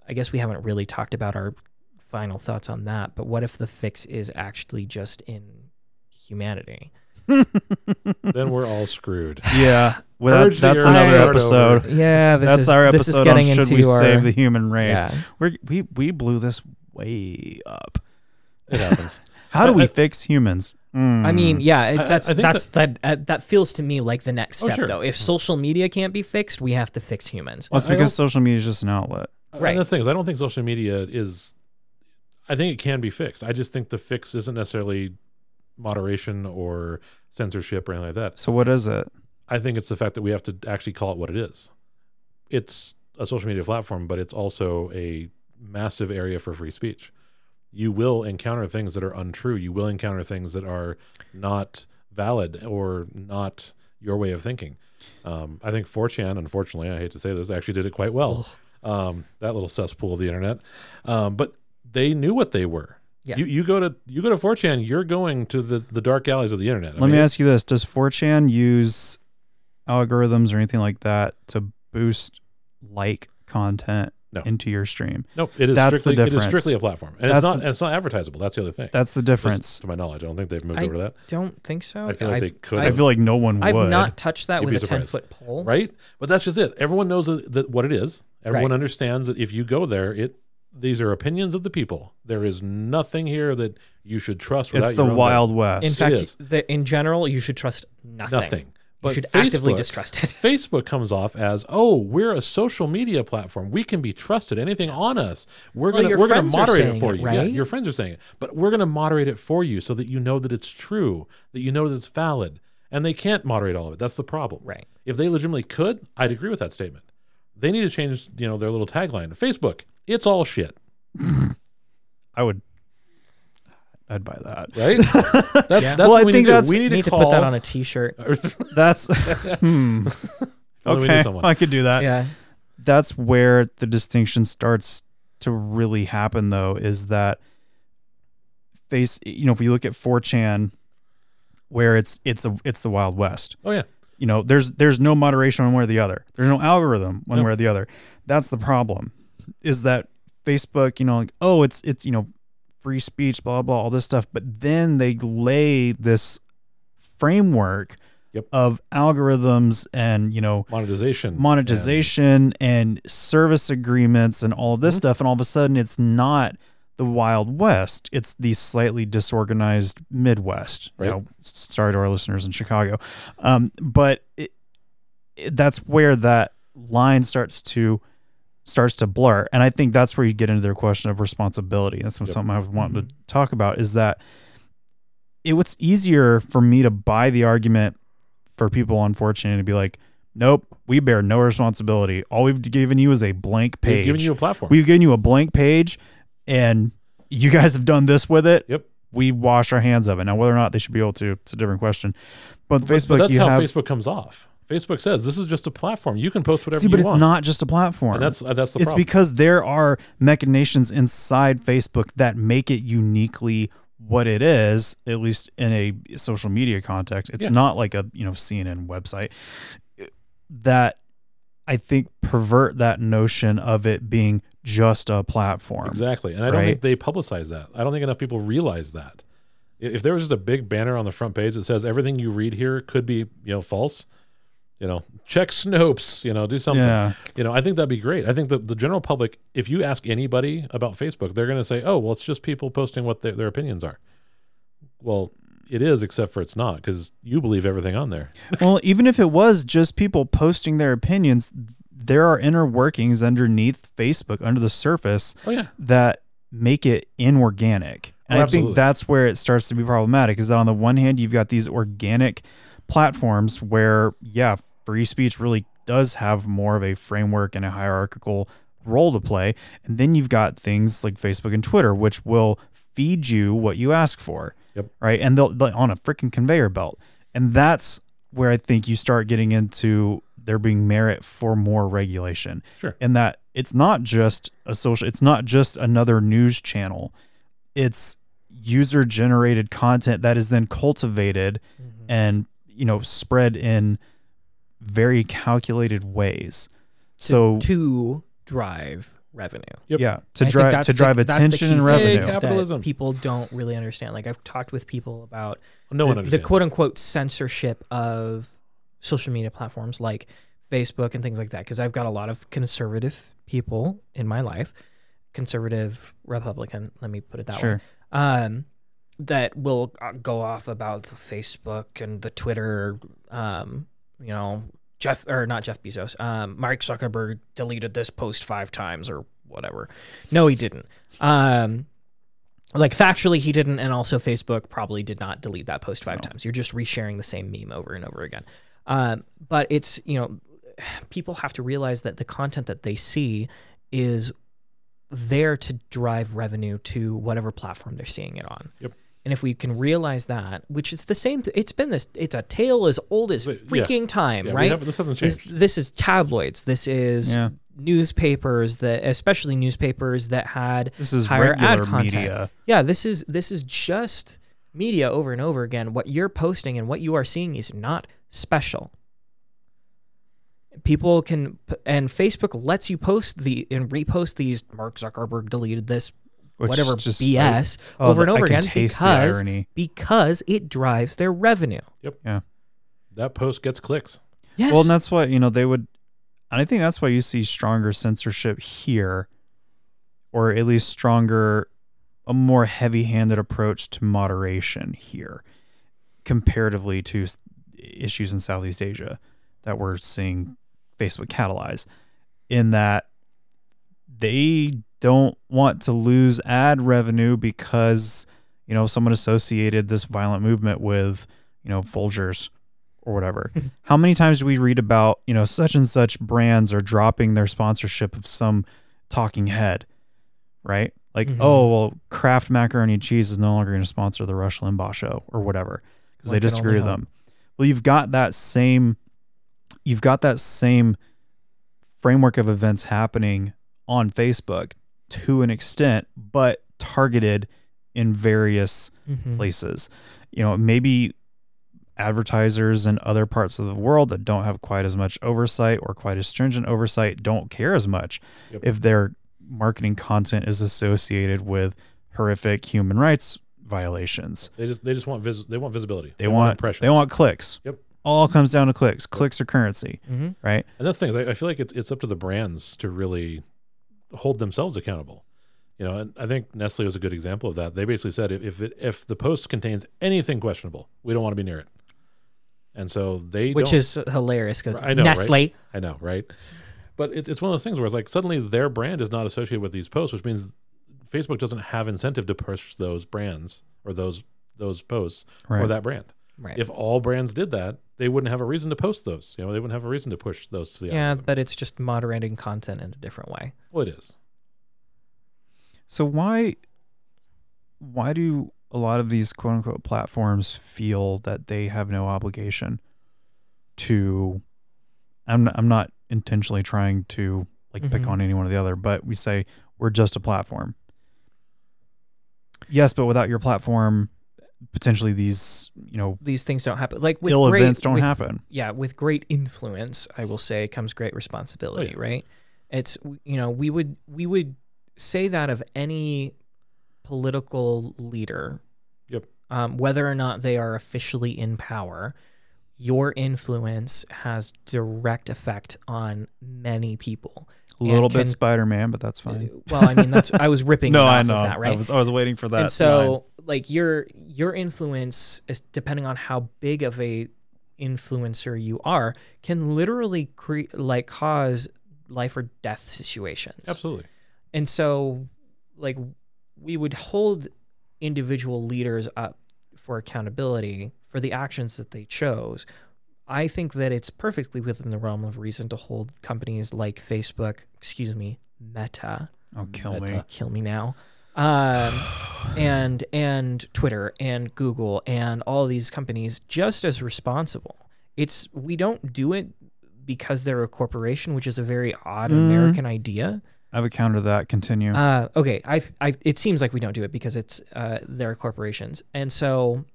Speaker 3: i guess we haven't really talked about our final thoughts on that but what if the fix is actually just in humanity
Speaker 1: then we're all screwed.
Speaker 2: Yeah, well,
Speaker 1: Urge
Speaker 2: that,
Speaker 1: the
Speaker 2: that's
Speaker 1: urge
Speaker 2: another
Speaker 3: to start
Speaker 2: episode.
Speaker 1: over.
Speaker 3: yeah this
Speaker 2: That's
Speaker 3: is,
Speaker 2: our
Speaker 3: this is
Speaker 2: episode on
Speaker 3: getting
Speaker 2: should
Speaker 3: into
Speaker 2: we
Speaker 3: our,
Speaker 2: save the human race?
Speaker 3: yeah.
Speaker 2: We're, we we blew this way up.
Speaker 1: It happens.
Speaker 2: How do
Speaker 1: I-
Speaker 2: we
Speaker 1: I-
Speaker 2: fix humans? Mm.
Speaker 3: uh, I mean, yeah, it,
Speaker 1: I- I-
Speaker 3: that's
Speaker 1: I think
Speaker 3: that's that that, uh, that feels to me like the next
Speaker 1: Oh,
Speaker 3: step,
Speaker 1: sure.
Speaker 3: though. If social media can't be fixed, we have to fix humans.
Speaker 2: well, it's
Speaker 1: I- I
Speaker 2: because social media is just an outlet.
Speaker 1: right.
Speaker 3: Right.
Speaker 1: And that's the thing is, I don't think social media is. I think it can be fixed. I just think the fix isn't necessarily moderation or censorship or anything like that.
Speaker 2: So what is it?
Speaker 1: I think it's the fact that we have to actually call it what it is. It's a social media platform, but it's also a massive area for free speech. You will encounter things that are untrue. You will encounter things that are not valid or not your way of thinking. Um, I think 4chan, unfortunately, I hate to say this, actually did it quite well. Um, that little cesspool of the internet, um, but they knew what they were.
Speaker 3: Yeah.
Speaker 1: You, you go to you go to 4chan, you're going to the, the dark alleys of the internet. I
Speaker 2: Let me
Speaker 1: mean,
Speaker 2: ask you this: Does 4chan use algorithms or anything like that to boost like content
Speaker 1: No.
Speaker 2: into your stream?
Speaker 1: Nope, it is
Speaker 2: That's the
Speaker 1: strictly it is
Speaker 2: difference.
Speaker 1: strictly a platform, and
Speaker 2: That's
Speaker 1: it's not
Speaker 2: the-
Speaker 1: and it's not advertisable. That's the other thing.
Speaker 2: That's the
Speaker 1: Just
Speaker 2: difference.
Speaker 1: to my knowledge, I don't think they've moved
Speaker 3: I-
Speaker 1: over to that.
Speaker 3: Don't think so.
Speaker 1: I feel like they could,
Speaker 2: I
Speaker 1: have,
Speaker 2: feel like no one would.
Speaker 3: I've not touched that
Speaker 1: You'd
Speaker 3: with
Speaker 1: be
Speaker 3: a ten
Speaker 1: surprised.
Speaker 3: foot pole.
Speaker 1: right? But that's just it. Everyone knows that, that what it is. Everyone
Speaker 3: Right.
Speaker 1: understands that if you go there, it these are opinions of the people. There is nothing here that you should trust. Without
Speaker 2: It's the
Speaker 1: your own
Speaker 2: Wild
Speaker 3: In
Speaker 2: West.
Speaker 1: it
Speaker 3: fact,
Speaker 1: is.
Speaker 3: the, in general, you should trust nothing.
Speaker 1: nothing.
Speaker 3: You
Speaker 1: But
Speaker 3: should actively
Speaker 1: Facebook-
Speaker 3: distrust it.
Speaker 1: Facebook comes off as, oh, we're a social media platform. We can be trusted. Anything on us, we're
Speaker 3: Well,
Speaker 1: gonna
Speaker 3: your
Speaker 1: we're gonna
Speaker 3: friends are
Speaker 1: moderate
Speaker 3: saying
Speaker 1: it for
Speaker 3: it,
Speaker 1: you. Yeah,
Speaker 3: right?
Speaker 1: your friends are saying it, but we're gonna moderate it for you so that you know that it's true, that you know that it's valid. And they can't moderate all of it. That's the problem.
Speaker 3: Right.
Speaker 1: If they legitimately could, I'd agree with that statement. They need to change, you know, their little tagline. Facebook, it's all shit,
Speaker 2: I would. I'd buy that.
Speaker 1: right? that's that's
Speaker 3: Yeah.
Speaker 1: what
Speaker 2: Well, I
Speaker 1: we
Speaker 2: think
Speaker 1: need to
Speaker 2: that's-
Speaker 1: do. We need, to
Speaker 3: need to
Speaker 1: call
Speaker 3: put that on a T-shirt.
Speaker 2: That's hmm.
Speaker 1: Well, then we knew
Speaker 2: okay.
Speaker 1: someone.
Speaker 2: I could do that.
Speaker 3: yeah,
Speaker 2: That's where the distinction starts to really happen, though, is that face. You know, if you look at 4chan, where it's it's a it's the Wild West.
Speaker 1: Oh yeah.
Speaker 2: You know, there's there's no moderation one way or the other. There's no algorithm one
Speaker 1: No.
Speaker 2: way or the other. That's the problem. Is that Facebook? You know, like oh, it's it's you know, free speech, blah blah, all this stuff. But then they lay this framework
Speaker 1: Yep.
Speaker 2: of algorithms and you know
Speaker 1: Monetization.
Speaker 2: monetization and service agreements and all of this stuff and all of a sudden it's not the wild west it's the slightly disorganized midwest you
Speaker 1: Right.
Speaker 2: know, s- sorry to our listeners in chicago um, but it, it, that's where that line starts to starts to blur and i think that's where you get into their question of responsibility that's
Speaker 1: Yep.
Speaker 2: something i was wanting to talk about is that it was easier for me to buy the argument for people unfortunately to be like nope we bear no responsibility all we've given you is a blank
Speaker 1: They've
Speaker 2: page
Speaker 1: given you a platform.
Speaker 2: we've given you a blank page and you guys have done this with it
Speaker 1: Yep.
Speaker 2: we wash our hands of it now whether or not they should be able to it's a different question but facebook
Speaker 1: but that's
Speaker 2: you
Speaker 1: how
Speaker 2: have
Speaker 1: Facebook comes off. Facebook says this is just a platform. You can post whatever
Speaker 2: see
Speaker 1: you
Speaker 2: but it's
Speaker 1: want.
Speaker 2: not just a platform
Speaker 1: And that's uh, that's the
Speaker 2: it's
Speaker 1: problem.
Speaker 2: because there are machinations inside Facebook that make it uniquely what it is, at least in a social media context. It's
Speaker 1: Yeah.
Speaker 2: not like a you know CNN website that I think pervert that notion of it being just a platform.
Speaker 1: exactly, and I don't
Speaker 2: right?
Speaker 1: think they publicize that. I don't think enough people realize that. I- If there was just a big banner on the front page that says everything you read here could be you know false, You know, check Snopes. You know, do something.
Speaker 2: Yeah.
Speaker 1: You know, I think that'd be great. I think the, the general public, if you ask anybody about Facebook, they're going to say, oh, well, it's just people posting what their, their opinions are. Well, it is, except for it's not, because you believe everything on there.
Speaker 2: well, even if it was just people posting their opinions, there are inner workings underneath Facebook, under the surface,
Speaker 1: Oh, yeah.
Speaker 2: that make it inorganic. And
Speaker 1: Oh,
Speaker 2: I think
Speaker 1: absolutely.
Speaker 2: that's where it starts to be problematic is that on the one hand, you've got these organic platforms where, yeah, free speech really does have more of a framework and a hierarchical role to play. And then you've got things like Facebook and Twitter, which will feed you what you ask for.
Speaker 1: Yep.
Speaker 2: Right. And they'll, they'll on a freaking conveyor belt. And that's where I think you start getting into there being merit for more regulation.
Speaker 1: Sure.
Speaker 2: And that it's not just a social, it's not just another news channel. It's user generated content that is then cultivated and, you know, spread in very calculated ways. So,
Speaker 3: to drive revenue.
Speaker 1: Yep.
Speaker 2: yeah, to
Speaker 3: I think
Speaker 2: drive
Speaker 3: that's
Speaker 2: to
Speaker 3: the-
Speaker 2: drive
Speaker 3: that's the
Speaker 2: attention
Speaker 3: key
Speaker 2: and
Speaker 1: thing.
Speaker 2: revenue.
Speaker 1: Yeah, cap- Capitalism.
Speaker 3: That people don't really understand. Like I've talked with people about
Speaker 1: No one
Speaker 3: the,
Speaker 1: understands.
Speaker 3: quote unquote censorship of social media platforms like Facebook and things like that. Because I've got a lot of conservative people in my life, conservative Republican. Let me put it that way.
Speaker 2: Sure.
Speaker 3: Um, that will uh, go off about the Facebook and the Twitter. Um, you know, Jeff or not Jeff Bezos. Um, Mark Zuckerberg deleted this post five times or whatever. No, he didn't. Um, like factually he didn't and also facebook probably did not delete that post five times you're just resharing the same meme over and over again um, but it's you know people have to realize that the content that they see is there to drive revenue to whatever platform they're seeing it on
Speaker 1: Yep.
Speaker 3: and if we can realize that which is the same th- it's been this it's a tale as old as
Speaker 1: Wait, yeah.
Speaker 3: freaking time
Speaker 1: Yeah, we
Speaker 3: right
Speaker 1: haven't- this hasn't
Speaker 3: this,
Speaker 1: changed.
Speaker 3: this is tabloids this is
Speaker 2: Yeah.
Speaker 3: newspapers that especially newspapers that had
Speaker 2: This is
Speaker 3: higher ad
Speaker 2: regular
Speaker 3: content.
Speaker 2: media.
Speaker 3: Yeah, this is this is just media over and over again. What you're posting and what you are seeing is not special. People can p- and Facebook lets you post the and repost these. Mark Zuckerberg deleted this,
Speaker 2: Which
Speaker 3: whatever
Speaker 2: is just-
Speaker 3: BS,
Speaker 2: oh,
Speaker 3: over and
Speaker 2: I
Speaker 3: over
Speaker 2: can
Speaker 3: again
Speaker 2: taste the
Speaker 3: because
Speaker 2: irony.
Speaker 3: because it drives their revenue.
Speaker 1: that post gets clicks.
Speaker 3: Yes.
Speaker 2: Well, and that's why you know they would, and I think that's why you see stronger censorship here, or at least stronger, a more heavy-handed approach to moderation here, comparatively to s- issues in Southeast Asia that we're seeing Facebook catalyze, in that they don't want to lose ad revenue because you know someone associated this violent movement with you know Folgers or whatever. How many times do we read about, you know, such and such brands are dropping their sponsorship of some talking head, right? Like,
Speaker 3: Mhm.
Speaker 2: oh, well, Kraft Macaroni and Cheese is no longer going to sponsor the Rush Limbaugh show or whatever because
Speaker 3: One
Speaker 2: they
Speaker 3: can
Speaker 2: disagree
Speaker 3: only
Speaker 2: with
Speaker 3: hope.
Speaker 2: them. Well, you've got that same, you've got that same framework of events happening on Facebook to an extent, but targeted in various
Speaker 3: Mhm.
Speaker 2: places. You know, maybe advertisers in other parts of the world that don't have quite as much oversight or quite as stringent oversight don't care as much
Speaker 1: Yep.
Speaker 2: if their marketing content is associated with horrific human rights violations.
Speaker 1: They just they just want vis- they want visibility.
Speaker 2: They, want,
Speaker 1: impressions.
Speaker 2: they want clicks.
Speaker 1: Yep.
Speaker 2: All comes down to clicks. Clicks are currency,
Speaker 3: Mhm.
Speaker 2: right?
Speaker 1: And that's the thing. is I, I feel like it's it's up to the brands to really hold themselves accountable. You know, and I think Nestle was a good example of that. They basically said if if, it, if the post contains anything questionable, we don't want to be near it. And so they
Speaker 3: Which
Speaker 1: don't-
Speaker 3: is hilarious because
Speaker 1: I know, right?
Speaker 3: Nestle.
Speaker 1: I know, right? But it, it's one of those things where it's like suddenly their brand is not associated with these posts, which means Facebook doesn't have incentive to push those brands or those those posts for
Speaker 2: Right.
Speaker 1: that brand.
Speaker 3: Right.
Speaker 1: If all brands did that, they wouldn't have a reason to post those. You know, they wouldn't have a reason to push those to the
Speaker 3: yeah,
Speaker 1: algorithm.
Speaker 3: but it's just moderating content in a different way.
Speaker 1: Well, it is.
Speaker 2: So why why do a lot of these quote unquote platforms feel that they have no obligation to I'm not, I'm not intentionally trying to like pick
Speaker 3: Mhm.
Speaker 2: on any one or the other, but we say we're just a platform. Yes, but without your platform, potentially these, you know,
Speaker 3: these things don't happen. Like with
Speaker 2: ill
Speaker 3: great,
Speaker 2: events don't
Speaker 3: with-
Speaker 2: happen.
Speaker 3: Yeah, with great influence, I will say comes great responsibility.
Speaker 1: Oh,
Speaker 3: Right? It's you know we would we would say that of any political leader.
Speaker 1: Yep.
Speaker 3: Um, whether or not they are officially in power, your influence has direct effect on many people.
Speaker 2: A little
Speaker 3: And
Speaker 2: bit
Speaker 3: can-
Speaker 2: Spider Man, but that's fine.
Speaker 3: Well, I mean, that's I was ripping
Speaker 2: no,
Speaker 3: it off
Speaker 2: I know.
Speaker 3: of that, right?
Speaker 2: I was I was waiting for that.
Speaker 3: and so
Speaker 2: line.
Speaker 3: like your your influence is depending on how big of a influencer you are can literally create like cause life or death situations
Speaker 1: Absolutely.
Speaker 3: and so like we would hold individual leaders up for accountability for the actions that they chose i think that it's perfectly within the realm of reason to hold companies like facebook excuse me meta
Speaker 2: oh, kill me.
Speaker 1: Meta.
Speaker 3: kill me now um, and and twitter and google and all these companies just as responsible it's we don't do it because they're a corporation which is a very odd
Speaker 2: Mhm.
Speaker 3: american idea
Speaker 2: I would counter that. Continue.
Speaker 3: uh, okay, I, I, it seems like we don't do it because it's uh, their corporations, and so,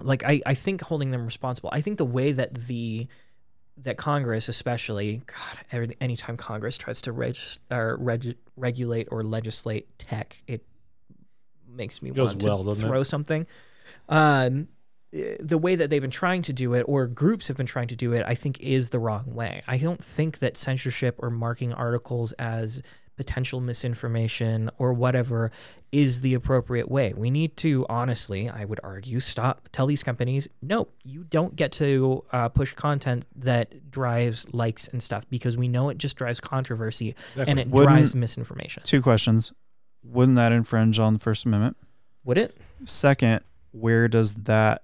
Speaker 3: like, I, I think holding them responsible. I think the way that the that Congress, especially, God, every, anytime Congress tries to reg, or reg, regulate or legislate tech, it makes me
Speaker 1: Goes
Speaker 3: want
Speaker 1: well,
Speaker 3: to
Speaker 1: doesn't it?
Speaker 3: throw something. Um, eh, the way that they've been trying to do it, or groups have been trying to do it, I think is the wrong way. I don't think that censorship or marking articles as potential misinformation or whatever is the appropriate way. We need to honestly, I would argue, stop tell these companies, no, you don't get to uh, push content that drives likes and stuff because we know it just drives controversy and it
Speaker 2: Wouldn't-
Speaker 3: drives misinformation.
Speaker 2: Two questions. Wouldn't that infringe on the First Amendment?
Speaker 3: Would it?
Speaker 2: Second, where does that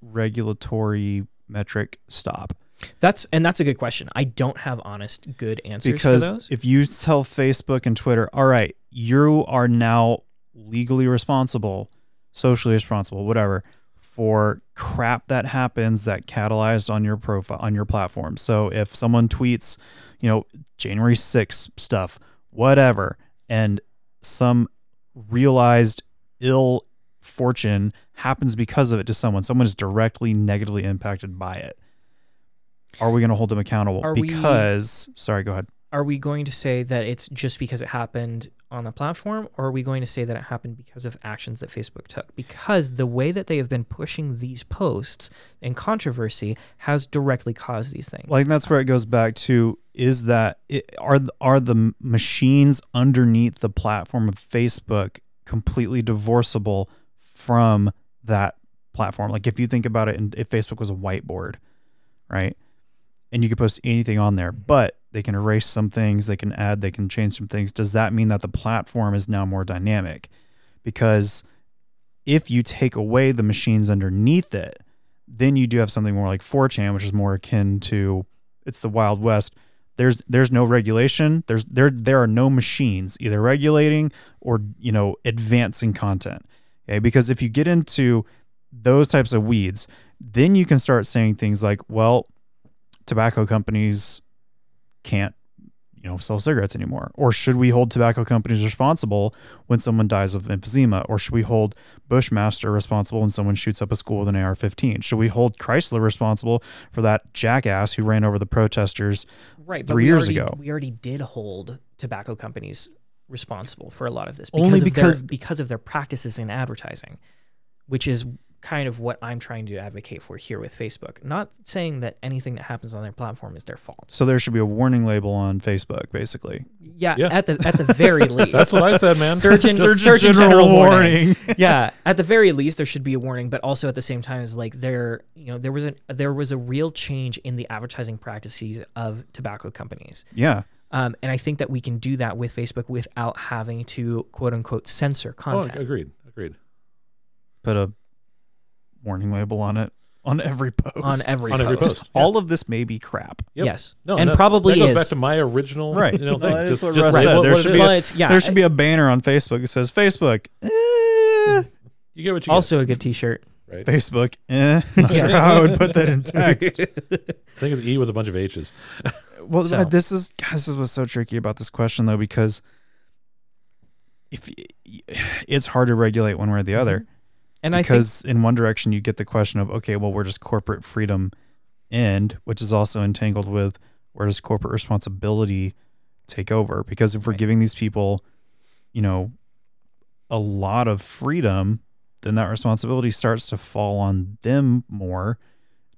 Speaker 2: regulatory metric stop?
Speaker 3: That's and that's a good question. I don't have honest good answers for
Speaker 2: Because
Speaker 3: those.
Speaker 2: if you tell Facebook and Twitter, all right, you are now legally responsible, socially responsible, whatever, for crap that happens that catalyzed on your profile on your platform. So if someone tweets, you know, January 6th stuff, whatever, and some realized ill fortune happens because of it to someone, someone is directly negatively impacted by it. Are we going to hold them accountable?
Speaker 3: Are we-
Speaker 2: because, sorry, go ahead.
Speaker 3: Are we going to say that it's just because it happened on the platform, or are we going to say that it happened because of actions that Facebook took? Because the way that they have been pushing these posts and controversy has directly caused these things.
Speaker 2: Like that's where it goes back to is that it, are th- are the m- machines underneath the platform of Facebook completely divorceable from that platform? Like if you think about it, and if Facebook was a whiteboard, right, and you could post anything on there, but they can erase some things, they can add, they can change some things. Does that mean that the platform is now more dynamic? Because if you take away the machines underneath it, then you do have something more like 4chan, which is more akin to it's the Wild West. There's there's no regulation. There's there there are no machines either regulating or you know advancing content. Okay, because if you get into those types of weeds, then you can start saying things like, well, tobacco companies can't you know sell cigarettes anymore or should we hold tobacco companies responsible when someone dies of emphysema or should we hold bushmaster responsible when someone shoots up a school with an ar-15 should we hold chrysler responsible for that jackass who ran over the protesters
Speaker 3: right,
Speaker 2: three
Speaker 3: we
Speaker 2: years
Speaker 3: already-
Speaker 2: ago.
Speaker 3: we already did hold tobacco companies responsible for a lot of this
Speaker 2: Only
Speaker 3: because of
Speaker 2: because-
Speaker 3: their, because of their practices in advertising, which is kind of what I'm trying to advocate for here with Facebook. Not saying that anything that happens on their platform is their fault.
Speaker 2: so there should be a warning label on facebook basically
Speaker 3: Yeah,
Speaker 1: Yeah.
Speaker 3: at the at the very least.
Speaker 1: That's what I said, man.
Speaker 3: Surgeon,
Speaker 1: Just-
Speaker 3: Surgeon General, warning. yeah, at the very least, there should be a warning, but also at the same time, is like there, you know, there was an there was a real change in the advertising practices of tobacco companies,
Speaker 2: yeah
Speaker 3: um, and I think that we can do that with Facebook without having to quote unquote censor
Speaker 1: Oh,
Speaker 3: content.
Speaker 1: agreed. Agreed.
Speaker 2: put a warning label on it on every post
Speaker 3: On every
Speaker 1: On every post.
Speaker 2: all of this may be crap
Speaker 1: Yep.
Speaker 3: Yes.
Speaker 1: No,
Speaker 3: And
Speaker 1: that-
Speaker 3: probably
Speaker 1: that goes
Speaker 3: is.
Speaker 1: back to my original
Speaker 2: Right.
Speaker 1: you know,
Speaker 2: No,
Speaker 1: thing.
Speaker 2: that is
Speaker 1: just
Speaker 2: what
Speaker 1: just
Speaker 2: Russ
Speaker 1: label
Speaker 2: said.
Speaker 1: it
Speaker 2: There
Speaker 1: what it
Speaker 2: should
Speaker 1: is.
Speaker 2: be a-
Speaker 3: Well, it's yeah.
Speaker 2: there should be a banner on facebook that says facebook eh,
Speaker 1: you get what you
Speaker 3: also a good T-shirt.
Speaker 1: get, right?
Speaker 2: facebook eh. not sure how i would put that in text
Speaker 1: I think it's E with a bunch of H's.
Speaker 2: Well, uh,
Speaker 3: So-
Speaker 2: this is God, this is what's so tricky about this question though, because if y- it's hard to regulate one way or the other,
Speaker 3: Mm-hmm. And I think
Speaker 2: because in one direction you get the question of okay, well, where does corporate freedom end, which is also entangled with where does corporate responsibility take over? Because if we're
Speaker 3: Right.
Speaker 2: giving these people, you know, a lot of freedom, then that responsibility starts to fall on them more.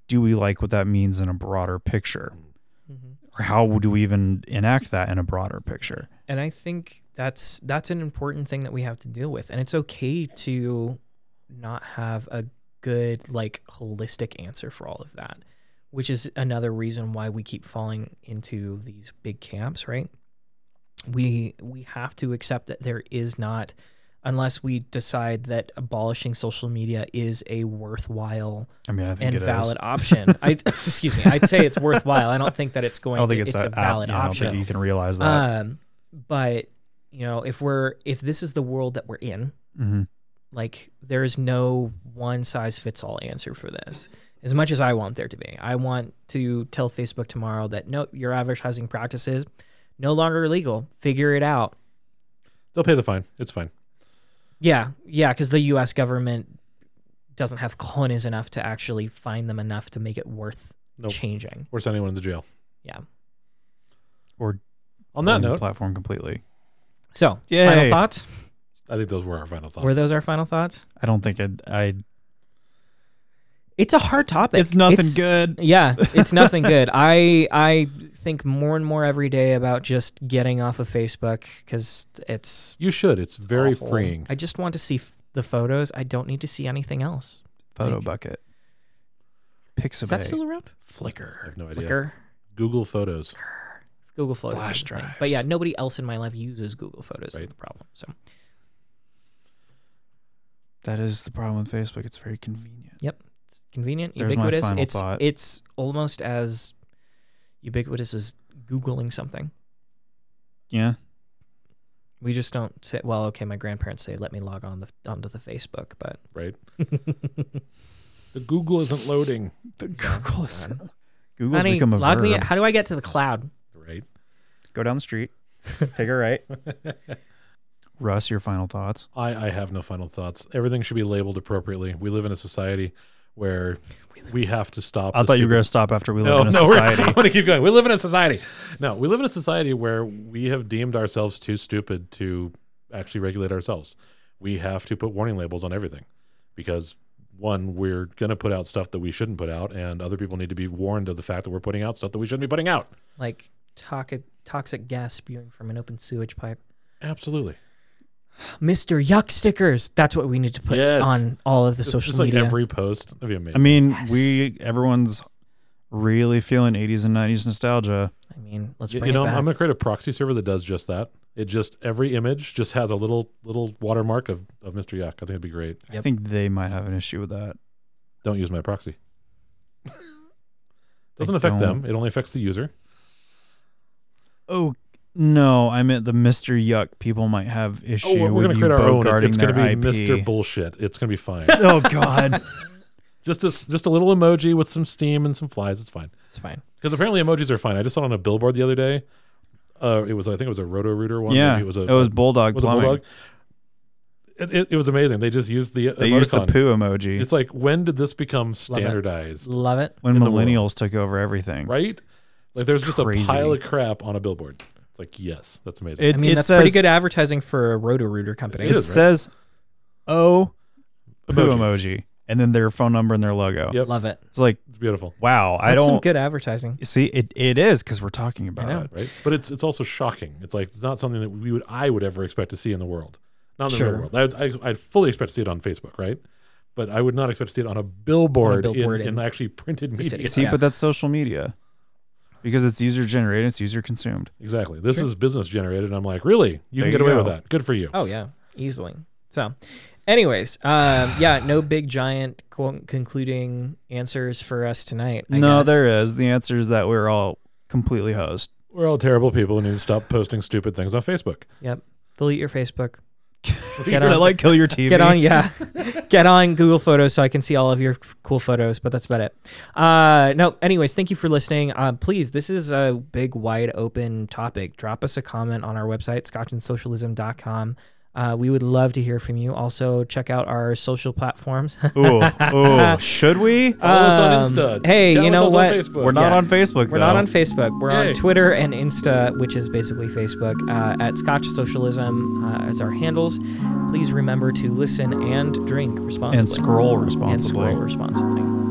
Speaker 2: do we like what that means in a broader picture?
Speaker 3: Mhm.
Speaker 2: Or how do we even enact that in a broader picture?
Speaker 3: and I think that's that's an important thing that we have to deal with. And it's okay to not have a good like holistic answer for all of that, which is another reason why we keep falling into these big camps, right? We we have to accept that there is not unless we decide that abolishing social media is a worthwhile
Speaker 2: I mean, I think
Speaker 3: and
Speaker 2: it is.
Speaker 3: valid option. I excuse me. I'd say it's worthwhile. I don't think that it's
Speaker 2: I
Speaker 3: going
Speaker 2: don't
Speaker 3: to
Speaker 2: think it's,
Speaker 3: it's a
Speaker 2: that out-
Speaker 3: valid
Speaker 2: yeah, I
Speaker 3: option.
Speaker 2: don't think you can realize that.
Speaker 3: Um, but you know, if we're if this is the world that we're in,
Speaker 2: hmm
Speaker 3: like there is no one size fits all answer for this. As much as I want there to be, I want to tell Facebook tomorrow that no, your advertising practices no longer legal. Figure it out.
Speaker 1: They'll pay the fine. It's fine.
Speaker 3: Yeah, yeah, because the U.S. government doesn't have cojones enough to actually find them enough to make it worth
Speaker 1: Nope.
Speaker 3: changing.
Speaker 1: Or send anyone to jail.
Speaker 3: Yeah.
Speaker 2: Or
Speaker 1: On that
Speaker 2: own the
Speaker 1: note,
Speaker 2: platform completely.
Speaker 3: So,
Speaker 2: Yay.
Speaker 3: final thoughts?
Speaker 1: I think those were our final thoughts.
Speaker 3: Were those our final thoughts?
Speaker 2: I don't think I'd, I'd
Speaker 3: It's a hard topic.
Speaker 2: it's nothing good.
Speaker 3: Yeah, it's nothing good. I I think more and more every day about just getting off of Facebook because it's
Speaker 1: you should. It's very
Speaker 3: awful.
Speaker 1: freeing.
Speaker 3: I just want to see f- the photos. I don't need to see anything else.
Speaker 2: Photo
Speaker 3: Like-
Speaker 2: bucket.
Speaker 3: Is
Speaker 2: Pixabay.
Speaker 3: that still around?
Speaker 1: I
Speaker 2: Flickr.
Speaker 1: have no idea.
Speaker 3: Flickr,
Speaker 1: Google Photos.
Speaker 3: Google Photos,
Speaker 2: Flash
Speaker 3: is the thing. But
Speaker 2: drives.
Speaker 3: yeah, nobody else in my life uses Google Photos.
Speaker 1: Right.
Speaker 3: That's the problem. So
Speaker 2: That is the problem with Facebook. It's very convenient.
Speaker 3: it's convenient,
Speaker 2: There's my
Speaker 3: ubiquitous.
Speaker 2: final
Speaker 3: it's
Speaker 2: thought.
Speaker 3: it's almost as ubiquitous as googling something.
Speaker 2: Yeah.
Speaker 3: We just don't say, well, okay, my grandparents say, let me log on the, onto the Facebook, but.
Speaker 1: Right. The Google isn't loading.
Speaker 2: The Google is
Speaker 3: God.
Speaker 2: Google's
Speaker 3: Honey,
Speaker 2: become a
Speaker 3: log
Speaker 2: verb.
Speaker 3: me. How do I get to the cloud?
Speaker 1: Right.
Speaker 2: Go down the street. Take a right. Russ, your final thoughts?
Speaker 1: I, I have no final thoughts. Everything should be labeled appropriately. We live in a society where we have to stop.
Speaker 2: I
Speaker 1: the
Speaker 2: thought you were
Speaker 1: stupid-
Speaker 2: going to stop after we live in a
Speaker 1: no,
Speaker 2: society.
Speaker 1: We're, I'm going to keep going. We live in a society. No, we live in a society where we have deemed ourselves too stupid to actually regulate ourselves. We have to put warning labels on everything because one, we're going to put out stuff that we shouldn't put out, and other people need to be warned of the fact that we're putting out stuff that we shouldn't be putting out.
Speaker 3: Like toxic toxic gas spewing from an open sewage pipe.
Speaker 1: Absolutely.
Speaker 3: Mr. Yuck stickers. That's what we need to put
Speaker 1: Yes.
Speaker 3: on all of the
Speaker 1: Just-
Speaker 3: social
Speaker 1: just like
Speaker 3: media.
Speaker 1: every post. That'd be amazing.
Speaker 2: I mean,
Speaker 3: Yes.
Speaker 2: we everyone's really feeling 80s and 90s nostalgia.
Speaker 3: I mean, let's
Speaker 1: Y-
Speaker 3: bring
Speaker 1: you know,
Speaker 3: it
Speaker 1: I'm
Speaker 3: back.
Speaker 1: going to create a proxy server that does just that. It just every image just has a little little watermark of, of Mr. Yuck. I think it'd be great.
Speaker 2: I
Speaker 3: Yep.
Speaker 2: think they might have an issue with that.
Speaker 1: Don't use my proxy.
Speaker 2: They
Speaker 1: Doesn't affect
Speaker 2: don't.
Speaker 1: them. It only affects the user.
Speaker 2: Oh no, I meant the Mr. Yuck people might have issue
Speaker 1: Oh, we're
Speaker 2: with
Speaker 1: gonna
Speaker 2: you
Speaker 1: create our own. It's,
Speaker 2: bogarting
Speaker 1: it's
Speaker 2: their
Speaker 1: gonna be Mr.
Speaker 2: IP.
Speaker 1: Bullshit. It's gonna be fine.
Speaker 2: oh God,
Speaker 1: just a, s- just a little emoji with some steam and some flies. It's fine.
Speaker 3: It's fine.
Speaker 1: Because apparently emojis are fine. I just saw it on a billboard the other day. Uh, it was I think it was a Roto Rooter one.
Speaker 2: yeah,
Speaker 1: Maybe it was a
Speaker 2: bulldog
Speaker 1: was it a
Speaker 2: plumbing.
Speaker 1: bulldog. It, it, it was amazing. They just used the
Speaker 2: They used the
Speaker 1: emoticon.
Speaker 2: poo emoji
Speaker 1: It's like when did this become standardized?
Speaker 3: Love it.
Speaker 2: when
Speaker 1: in the
Speaker 2: millennials took over everything.
Speaker 1: Right? Like there's just
Speaker 2: crazy.
Speaker 1: a pile of crap on a billboard. It's like yes, that's amazing.
Speaker 2: It,
Speaker 3: I mean,
Speaker 2: it
Speaker 3: that's
Speaker 2: says,
Speaker 3: pretty good advertising for a Roto Rooter company.
Speaker 2: It,
Speaker 1: It is, right?
Speaker 2: says, "Oh, poo
Speaker 1: Emoji.
Speaker 2: emoji," and then their phone number and their logo.
Speaker 1: Yep.
Speaker 3: Love it.
Speaker 2: It's like,
Speaker 1: It's beautiful,
Speaker 2: wow, I
Speaker 3: That's some
Speaker 2: don't
Speaker 3: good advertising.
Speaker 2: see it. It is because we're talking about
Speaker 3: know.
Speaker 2: it.
Speaker 1: right? But it's it's also shocking. It's like it's not something that we would I would ever expect to see in the world. Not in the
Speaker 3: Sure.
Speaker 1: real world. I, I I'd fully expect to see it on Facebook, right? But I would not expect to see it on a billboard,
Speaker 3: billboard
Speaker 1: in,
Speaker 3: in-
Speaker 1: in actually printed
Speaker 3: It's-
Speaker 1: media.
Speaker 3: it's-
Speaker 2: See,
Speaker 3: Yeah.
Speaker 2: but that's social media because it's user generated, it's user consumed.
Speaker 1: Exactly. This is business generated. And I'm like, really? You can
Speaker 2: There
Speaker 1: get
Speaker 2: you
Speaker 1: away
Speaker 2: go.
Speaker 1: with that. Good for you.
Speaker 3: Oh yeah, easily. So, anyways, um, yeah, no big giant quote, concluding answers for us tonight. I
Speaker 2: no,
Speaker 3: guess.
Speaker 2: there is. The answer is that we're all completely hosed.
Speaker 1: We're all terrible people who need to stop posting stupid things on Facebook.
Speaker 3: Delete your Facebook.
Speaker 2: Is
Speaker 3: on-
Speaker 2: that like kill your TV?
Speaker 3: Get on, yeah. Get on Google Photos so I can see all of your f- cool photos, but that's about it. Uh, no, anyways, thank you for listening. Uh, please, this is a big, wide open topic. Drop us a comment on our website, scotchandsocialism.com. Uh, we would love to hear from you. Also, check out our social platforms.
Speaker 2: Ooh, ooh. Should we?
Speaker 1: Follow us on
Speaker 3: Um,
Speaker 1: Insta.
Speaker 3: hey,
Speaker 1: Chat
Speaker 3: you
Speaker 1: with us
Speaker 3: know
Speaker 1: on
Speaker 3: what?
Speaker 1: Facebook.
Speaker 2: We're not
Speaker 3: Yeah.
Speaker 2: on Facebook.
Speaker 3: We're not
Speaker 2: though.
Speaker 3: on Facebook. We're
Speaker 1: Yay.
Speaker 3: on Twitter and Insta, which is basically Facebook, uh, at Scotch Socialism uh, as our handles. Please remember to listen and drink responsibly.
Speaker 2: And scroll
Speaker 3: And scroll
Speaker 2: responsibly.
Speaker 3: responsibly.